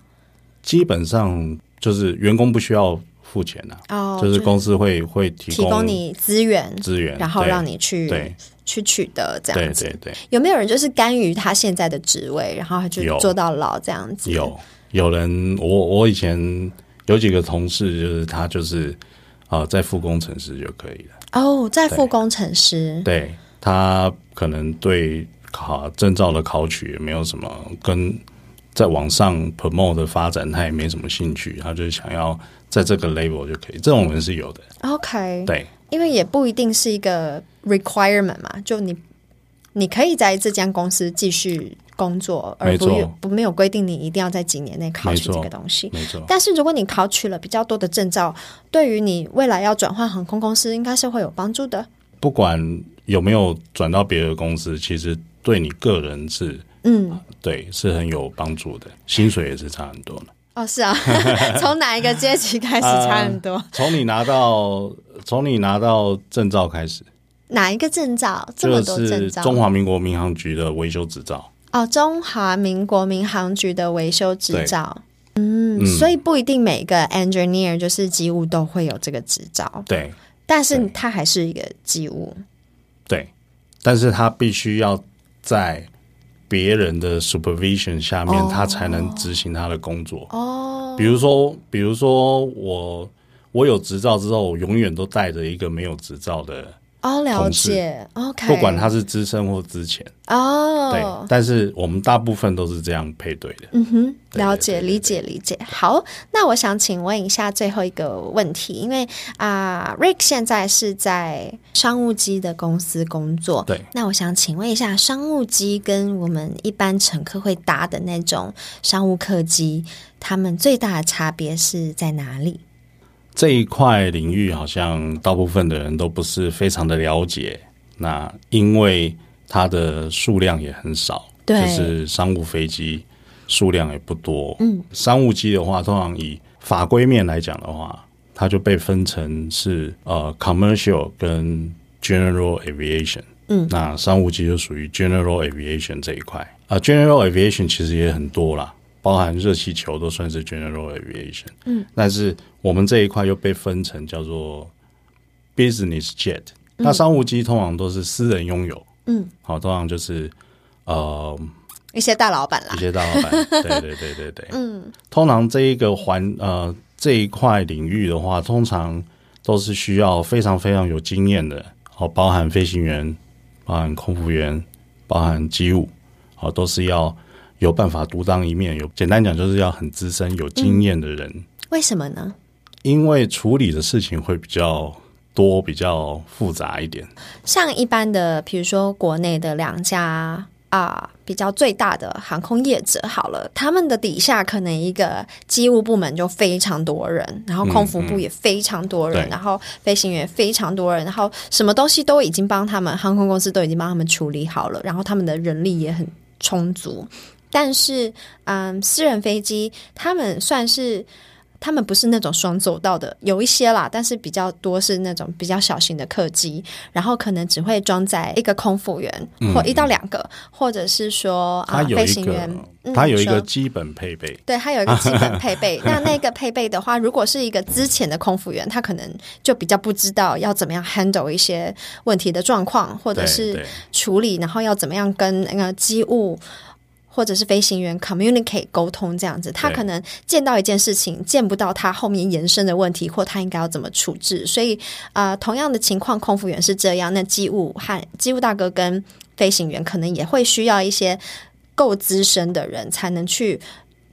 Speaker 1: 基本上就是员工不需要付钱啊，
Speaker 2: 哦、
Speaker 1: 就是公司会会提
Speaker 2: 提供你资源，
Speaker 1: 资源，
Speaker 2: 然后
Speaker 1: 对
Speaker 2: 让你去
Speaker 1: 对
Speaker 2: 去取得这
Speaker 1: 对
Speaker 2: 样子。
Speaker 1: 对对，
Speaker 2: 有没有人就是甘于他现在的职位，然后他就
Speaker 1: 有
Speaker 2: 做到老这样子？
Speaker 1: 有有人我我以前有几个同事就是他就是啊在副工程师就可以了，
Speaker 2: 哦，在副工程师
Speaker 1: 对他可能对考证照的考取也没有什么跟。在往上 promote 的发展，他也没什么兴趣，他就想要在这个 level 就可以，这种人是有的，
Speaker 2: ，OK，
Speaker 1: 对，
Speaker 2: 因为也不一定是一个 requirement 嘛，就你你可以在这家公司继续工作，而
Speaker 1: 没
Speaker 2: 不
Speaker 1: 错
Speaker 2: 用不没有规定你一定要在几年内考
Speaker 1: 没
Speaker 2: 取这
Speaker 1: 错
Speaker 2: 个东西。
Speaker 1: 没错。
Speaker 2: 但是如果你考取了比较多的证照，对于你未来要转换航空公司，应该是会有帮助的。
Speaker 1: 不管有没有转到别的公司，其实对你个人是
Speaker 2: 嗯，
Speaker 1: 对是很有帮助的，薪水也是差很多的。
Speaker 2: 哦，是啊，从哪一个阶级开始差很多？
Speaker 1: 从你拿到从你拿到证照开始，
Speaker 2: 哪一个证照？这
Speaker 1: 这
Speaker 2: 么
Speaker 1: 个
Speaker 2: 多证
Speaker 1: 是
Speaker 2: 照？
Speaker 1: 中华民国民航局的维修执照，
Speaker 2: 哦，中华民国民航局的维修执
Speaker 1: 对
Speaker 2: 照。嗯，所以不一定每个 engineer 就是机务都会有这个执照，
Speaker 1: 对
Speaker 2: 但是
Speaker 1: 对
Speaker 2: 它还是一个机务。
Speaker 1: 对，但是他必须要在别人的 supervision 下面，
Speaker 2: 哦
Speaker 1: 他才能执行他的工作。
Speaker 2: 哦，
Speaker 1: 比如说，比如说我我有执照之后，我永远都带着一个没有执照的，
Speaker 2: 哦，了
Speaker 1: 同事
Speaker 2: 解。OK，
Speaker 1: 不管他是资深或资浅，对
Speaker 2: 哦，。
Speaker 1: 但是我们大部分都是这样配对的。
Speaker 2: 嗯哼，
Speaker 1: 对
Speaker 2: 了
Speaker 1: 对
Speaker 2: 解，
Speaker 1: 对
Speaker 2: 理解，理解。好，那我想请问一下最后一个问题，因为啊、r i c k 现在是在商务机的公司工作，
Speaker 1: 对。
Speaker 2: 那我想请问一下，商务机跟我们一般乘客会搭的那种商务客机，它们最大的差别是在哪里？
Speaker 1: 这一块领域好像大部分的人都不是非常的了解。那因为它的数量也很少，
Speaker 2: 对
Speaker 1: 就是商务飞机数量也不多。
Speaker 2: 嗯，
Speaker 1: 商务机的话，通常以法规面来讲的话，它就被分成是呃 commercial 跟 general aviation。
Speaker 2: 嗯
Speaker 1: 那商务机就属于 general aviation 这一块啊、g e n e r a l aviation 其实也很多啦，包含热气球都算是 general aviation。但
Speaker 2: 嗯
Speaker 1: 是我们这一块又被分成叫做 business jet。那商务机通常都是私人拥有，
Speaker 2: 嗯，
Speaker 1: 好，通常就是呃
Speaker 2: 一些大老板啦
Speaker 1: 一，些大 老板，对对对对对，嗯，通常这一个环呃这一块领域的话，通常都是需要非常非常有经验的，好，包含飞行员，包含空服员，包含机务，好，都是要有办法独当一面，有简单讲就是要很资深、有经验的人。
Speaker 2: 为什么呢？
Speaker 1: 因为处理的事情会比较多、比较复杂一点。
Speaker 2: 像一般的，比如说国内的两家啊、比较最大的航空业者，好了，他们的底下可能一个机务部门就非常多人，然后空服部也非常多人，
Speaker 1: 对
Speaker 2: 然后飞行员也非常多人，然后什么东西都已经帮他们航空公司都已经帮他们处理好了，然后他们的人力也很充足。但是，嗯，私人飞机他们算是他们不是那种双走道的，有一些啦，但是比较多是那种比较小型的客机，然后可能只会装载一个空服员、或一到两个，或者是说
Speaker 1: 嗯
Speaker 2: 啊、
Speaker 1: 它有
Speaker 2: 飞
Speaker 1: 一
Speaker 2: 行
Speaker 1: 个
Speaker 2: 员，，嗯
Speaker 1: 它有一个
Speaker 2: 说
Speaker 1: 基本配备，
Speaker 2: 对，它有一个基本配备。 那那个配备的话，如果是一个之前的空服员，他可能就比较不知道要怎么样 handle 一些问题的状况，或者
Speaker 1: 对
Speaker 2: 是
Speaker 1: 对
Speaker 2: 处理，然后要怎么样跟那个机务或者是飞行员 communicate 沟通这样子。他
Speaker 1: 对
Speaker 2: 可能见到一件事情，见不到他后面延伸的问题，或他应该要怎么处置。所以，呃，同样的情况，空服员是这样，那机务和机务大哥跟飞行员可能也会需要一些够资深的人才能去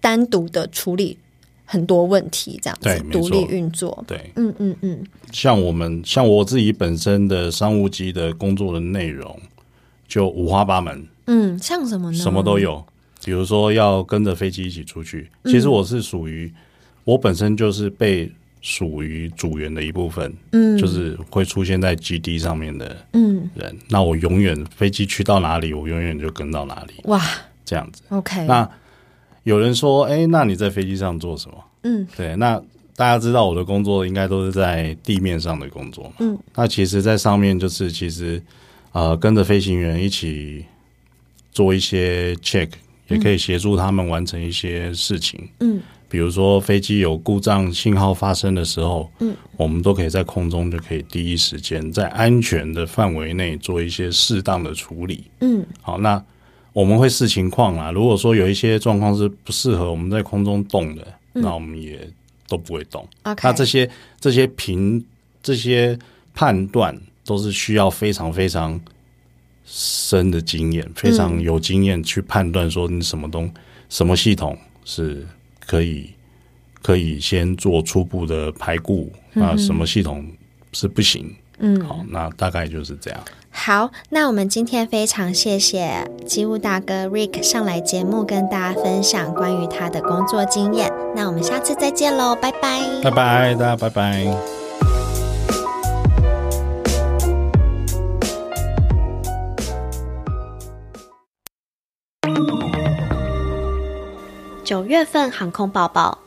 Speaker 2: 单独的处理很多问题，这样子
Speaker 1: 对没
Speaker 2: 独立
Speaker 1: 错
Speaker 2: 运作。
Speaker 1: 对。
Speaker 2: 嗯嗯嗯，
Speaker 1: 像我们，像我自己本身的商务机的工作的内容，就五花八门，
Speaker 2: 嗯，像什么呢？
Speaker 1: 什么都有。比如说要跟着飞机一起出去，
Speaker 2: 嗯
Speaker 1: 其实我是属于我本身就是被属于组员的一部分，
Speaker 2: 嗯，
Speaker 1: 就是会出现在 GD 上面的
Speaker 2: 嗯，
Speaker 1: 人。那我永远飞机去到哪里，我永远就跟到哪里，
Speaker 2: 哇
Speaker 1: 这样子。
Speaker 2: ，OK，
Speaker 1: 那有人说，哎、那你在飞机上做什么？
Speaker 2: 嗯，
Speaker 1: 对，那大家知道我的工作应该都是在地面上的工作嘛，嗯，那其实，在上面就是其实呃，跟着飞行员一起做一些 check，也可以协助他们完成一些事情，
Speaker 2: 嗯，
Speaker 1: 比如说飞机有故障信号发生的时候，嗯，我们都可以在空中就可以第一时间在安全的范围内做一些适当的处理，
Speaker 2: 嗯，
Speaker 1: 好，那我们会视情况啦。如果说有一些状况是不适合我们在空中动的，那我们也都不会动。
Speaker 2: 嗯 OK，
Speaker 1: 那这些这些评这些判断都是需要非常非常深的经
Speaker 2: 嗯
Speaker 1: 验，非常有经验去判断说你什么东什么系统是可以啊可以先做初步的排估，那什么系统是不行。
Speaker 2: 嗯，
Speaker 1: 好，那大概就是这样。
Speaker 2: 好，那我们今天非常谢谢机务大哥 Rick 上来节目跟大家分享关于他的工作经验。那我们下次再见喽，拜拜。
Speaker 1: 拜拜，大家拜拜。
Speaker 3: 九月份航空报报，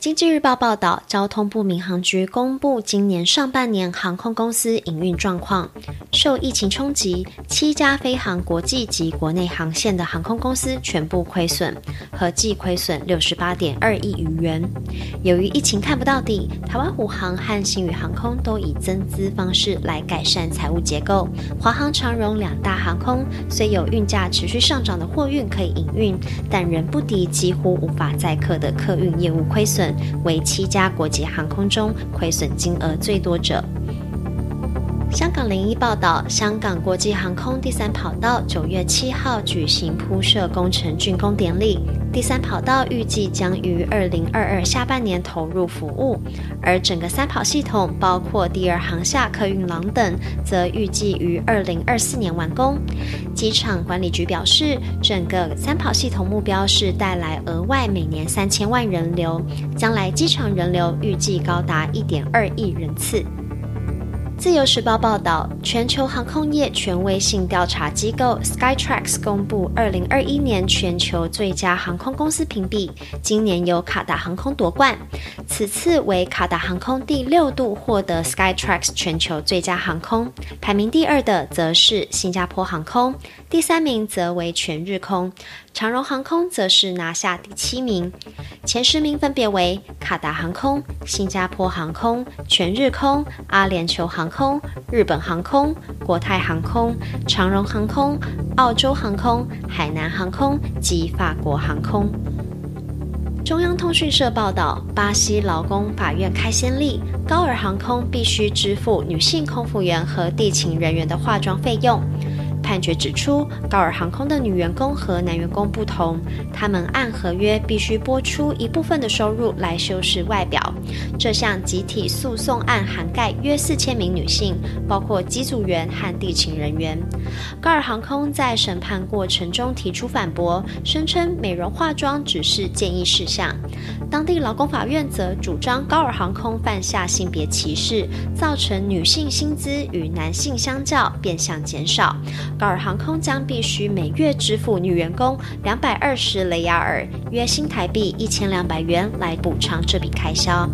Speaker 3: 经济日报报道，交通部民航局公布今年上半年航空公司营运状况。受疫情冲击，七家飞航国际及国内航线的航空公司全部亏损，合计亏损六十八点二亿余元。由于疫情看不到底，台湾虎航和新宇航空都以增资方式来改善财务结构。华航、长荣两大航空虽有运价持续上涨的货运可以营运，但仍不敌几乎无法载客的客运业务亏损，为七家国际航空中亏损金额最多者。香港零一报道，香港国际航空第三跑道九月七号举行铺设工程竣工典礼。第三跑道预计将于二零二二下半年投入服务，而整个三跑系统包括第二航厦客运廊等，则预计于二零二四年完工。机场管理局表示，整个三跑系统目标是带来额外每年三千万人流，将来机场人流预计高达一点二亿人次。自由时报报道，全球航空业权威性调查机构 Skytrax 公布2021年全球最佳航空公司评比，今年由卡达航空夺冠。此次为卡达航空第六度获得 Skytrax 全球最佳航空，排名第二的则是新加坡航空，第三名则为全日空，长荣航空则是拿下第七名。前十名分别为卡达航空、新加坡航空、全日空、阿联酋航空、日本航空、国泰航空、长荣航空、澳洲航空、海南航空及法国航空。中央通讯社报道，巴西劳工法院开先例，高尔航空必须支付女性空服员和地勤人员的化妆费用。判决指出，高尔航空的女员工和男员工不同，他们按合约必须拨出一部分的收入来修饰外表。这项集体诉讼案涵盖约四千名女性，包括机组员和地勤人员。高尔航空在审判过程中提出反驳，声称美容化妆只是建议事项。当地劳工法院则主张高尔航空犯下性别歧视，造成女性薪资与男性相较变相减少。高尔航空将必须每月支付女员工两百二十雷亚尔（约新台币一千两百元）来补偿这笔开销。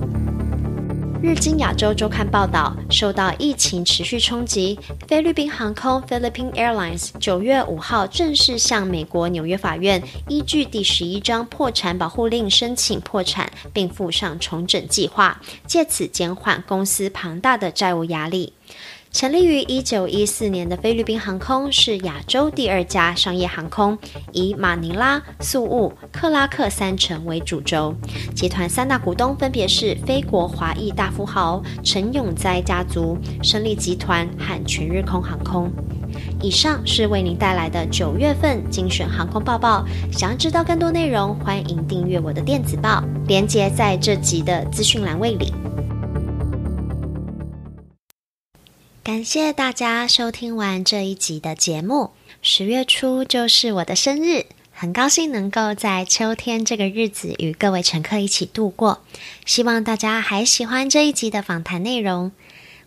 Speaker 3: 日经亚洲周刊报道，受到疫情持续冲击，菲律宾航空 （Philippine Airlines） 九月五号正式向美国纽约法院依据第十一章破产保护令申请破产，并附上重整计划，借此减缓公司庞大的债务压力。成立于一九一四年的菲律宾航空是亚洲第二家商业航空，以马尼拉、宿务、克拉克三城为主轴。集团三大股东分别是菲国华裔大富豪陈永栽家族、胜利集团和全日空航空。以上是为您带来的九月份精选航空报报。想要知道更多内容，欢迎订阅我的电子报，连接在这集的资讯栏位里。感谢大家收听完这一集的节目。十月初就是我的生日，很高兴能够在秋天这个日子与各位乘客一起度过。希望大家还喜欢这一集的访谈内容。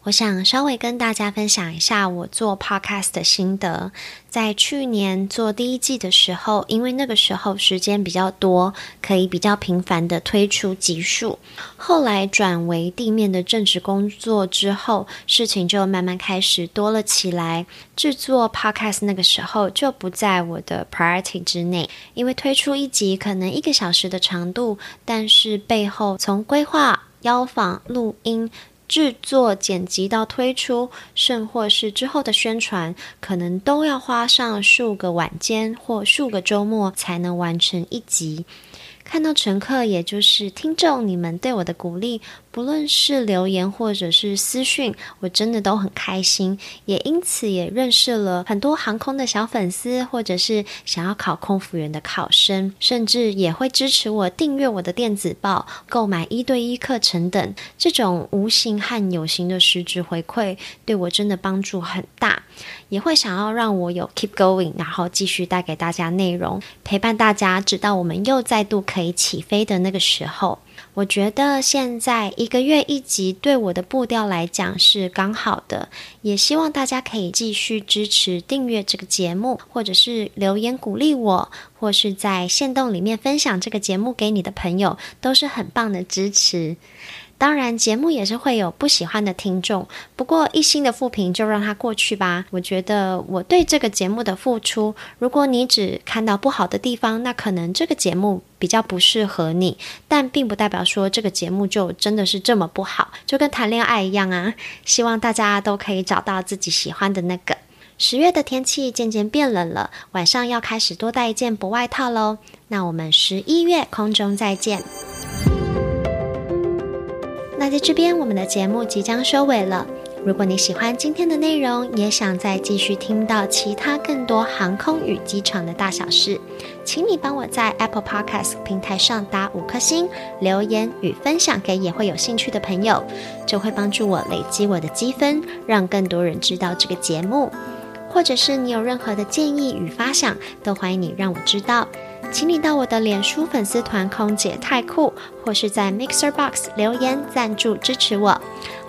Speaker 3: 我想稍微跟大家分享一下我做 podcast 的心得。在去年做第一季的时候，因为那个时候时间比较多，可以比较频繁的推出集数。后来转为地面的正职工作之后，事情就慢慢开始多了起来。制作 podcast 那个时候就不在我的 priority 之内，因为推出一集可能一个小时的长度，但是背后从规划、邀访、录音。制作、剪辑到推出，甚或是之后的宣传，可能都要花上数个晚间或数个周末才能完成一集。看到乘客，也就是听众你们对我的鼓励，不论是留言或者是私讯，我真的都很开心，也因此也认识了很多航空的小粉丝，或者是想要考空服员的考生，甚至也会支持我订阅我的电子报、购买一对一课程等。这种无形和有形的实质回馈，对我真的帮助很大，也会想要让我有 keep going，然后继续带给大家内容，陪伴大家，直到我们又再度可以起飞的那个时候。我觉得现在一个月一集对我的步调来讲是刚好的，也希望大家可以继续支持订阅这个节目，或者是留言鼓励我，或是在线动里面分享这个节目给你的朋友，都是很棒的支持。当然，节目也是会有不喜欢的听众，不过一星的负评就让它过去吧。我觉得我对这个节目的付出，如果你只看到不好的地方，那可能这个节目比较不适合你，但并不代表说这个节目就真的是这么不好，就跟谈恋爱一样啊。希望大家都可以找到自己喜欢的那个。十月的天气渐渐变冷了，晚上要开始多带一件薄外套喽。那我们十一月空中再见。那在这边，我们的节目即将收尾了。如果你喜欢今天的内容，也想再继续听到其他更多航空与机场的大小事，请你帮我在 Apple Podcast 平台上打五颗星，留言与分享给也会有兴趣的朋友，这会帮助我累积我的积分，让更多人知道这个节目。或者是你有任何的建议与发想，都欢迎你让我知道。请你到我的脸书粉丝团“空姐太酷”或是在 Mixer Box 留言赞助支持我。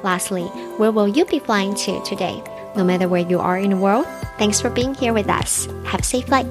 Speaker 3: Lastly, where will you be flying to today? No matter where you are in the world, thanks for being here with us. Have a safe flight.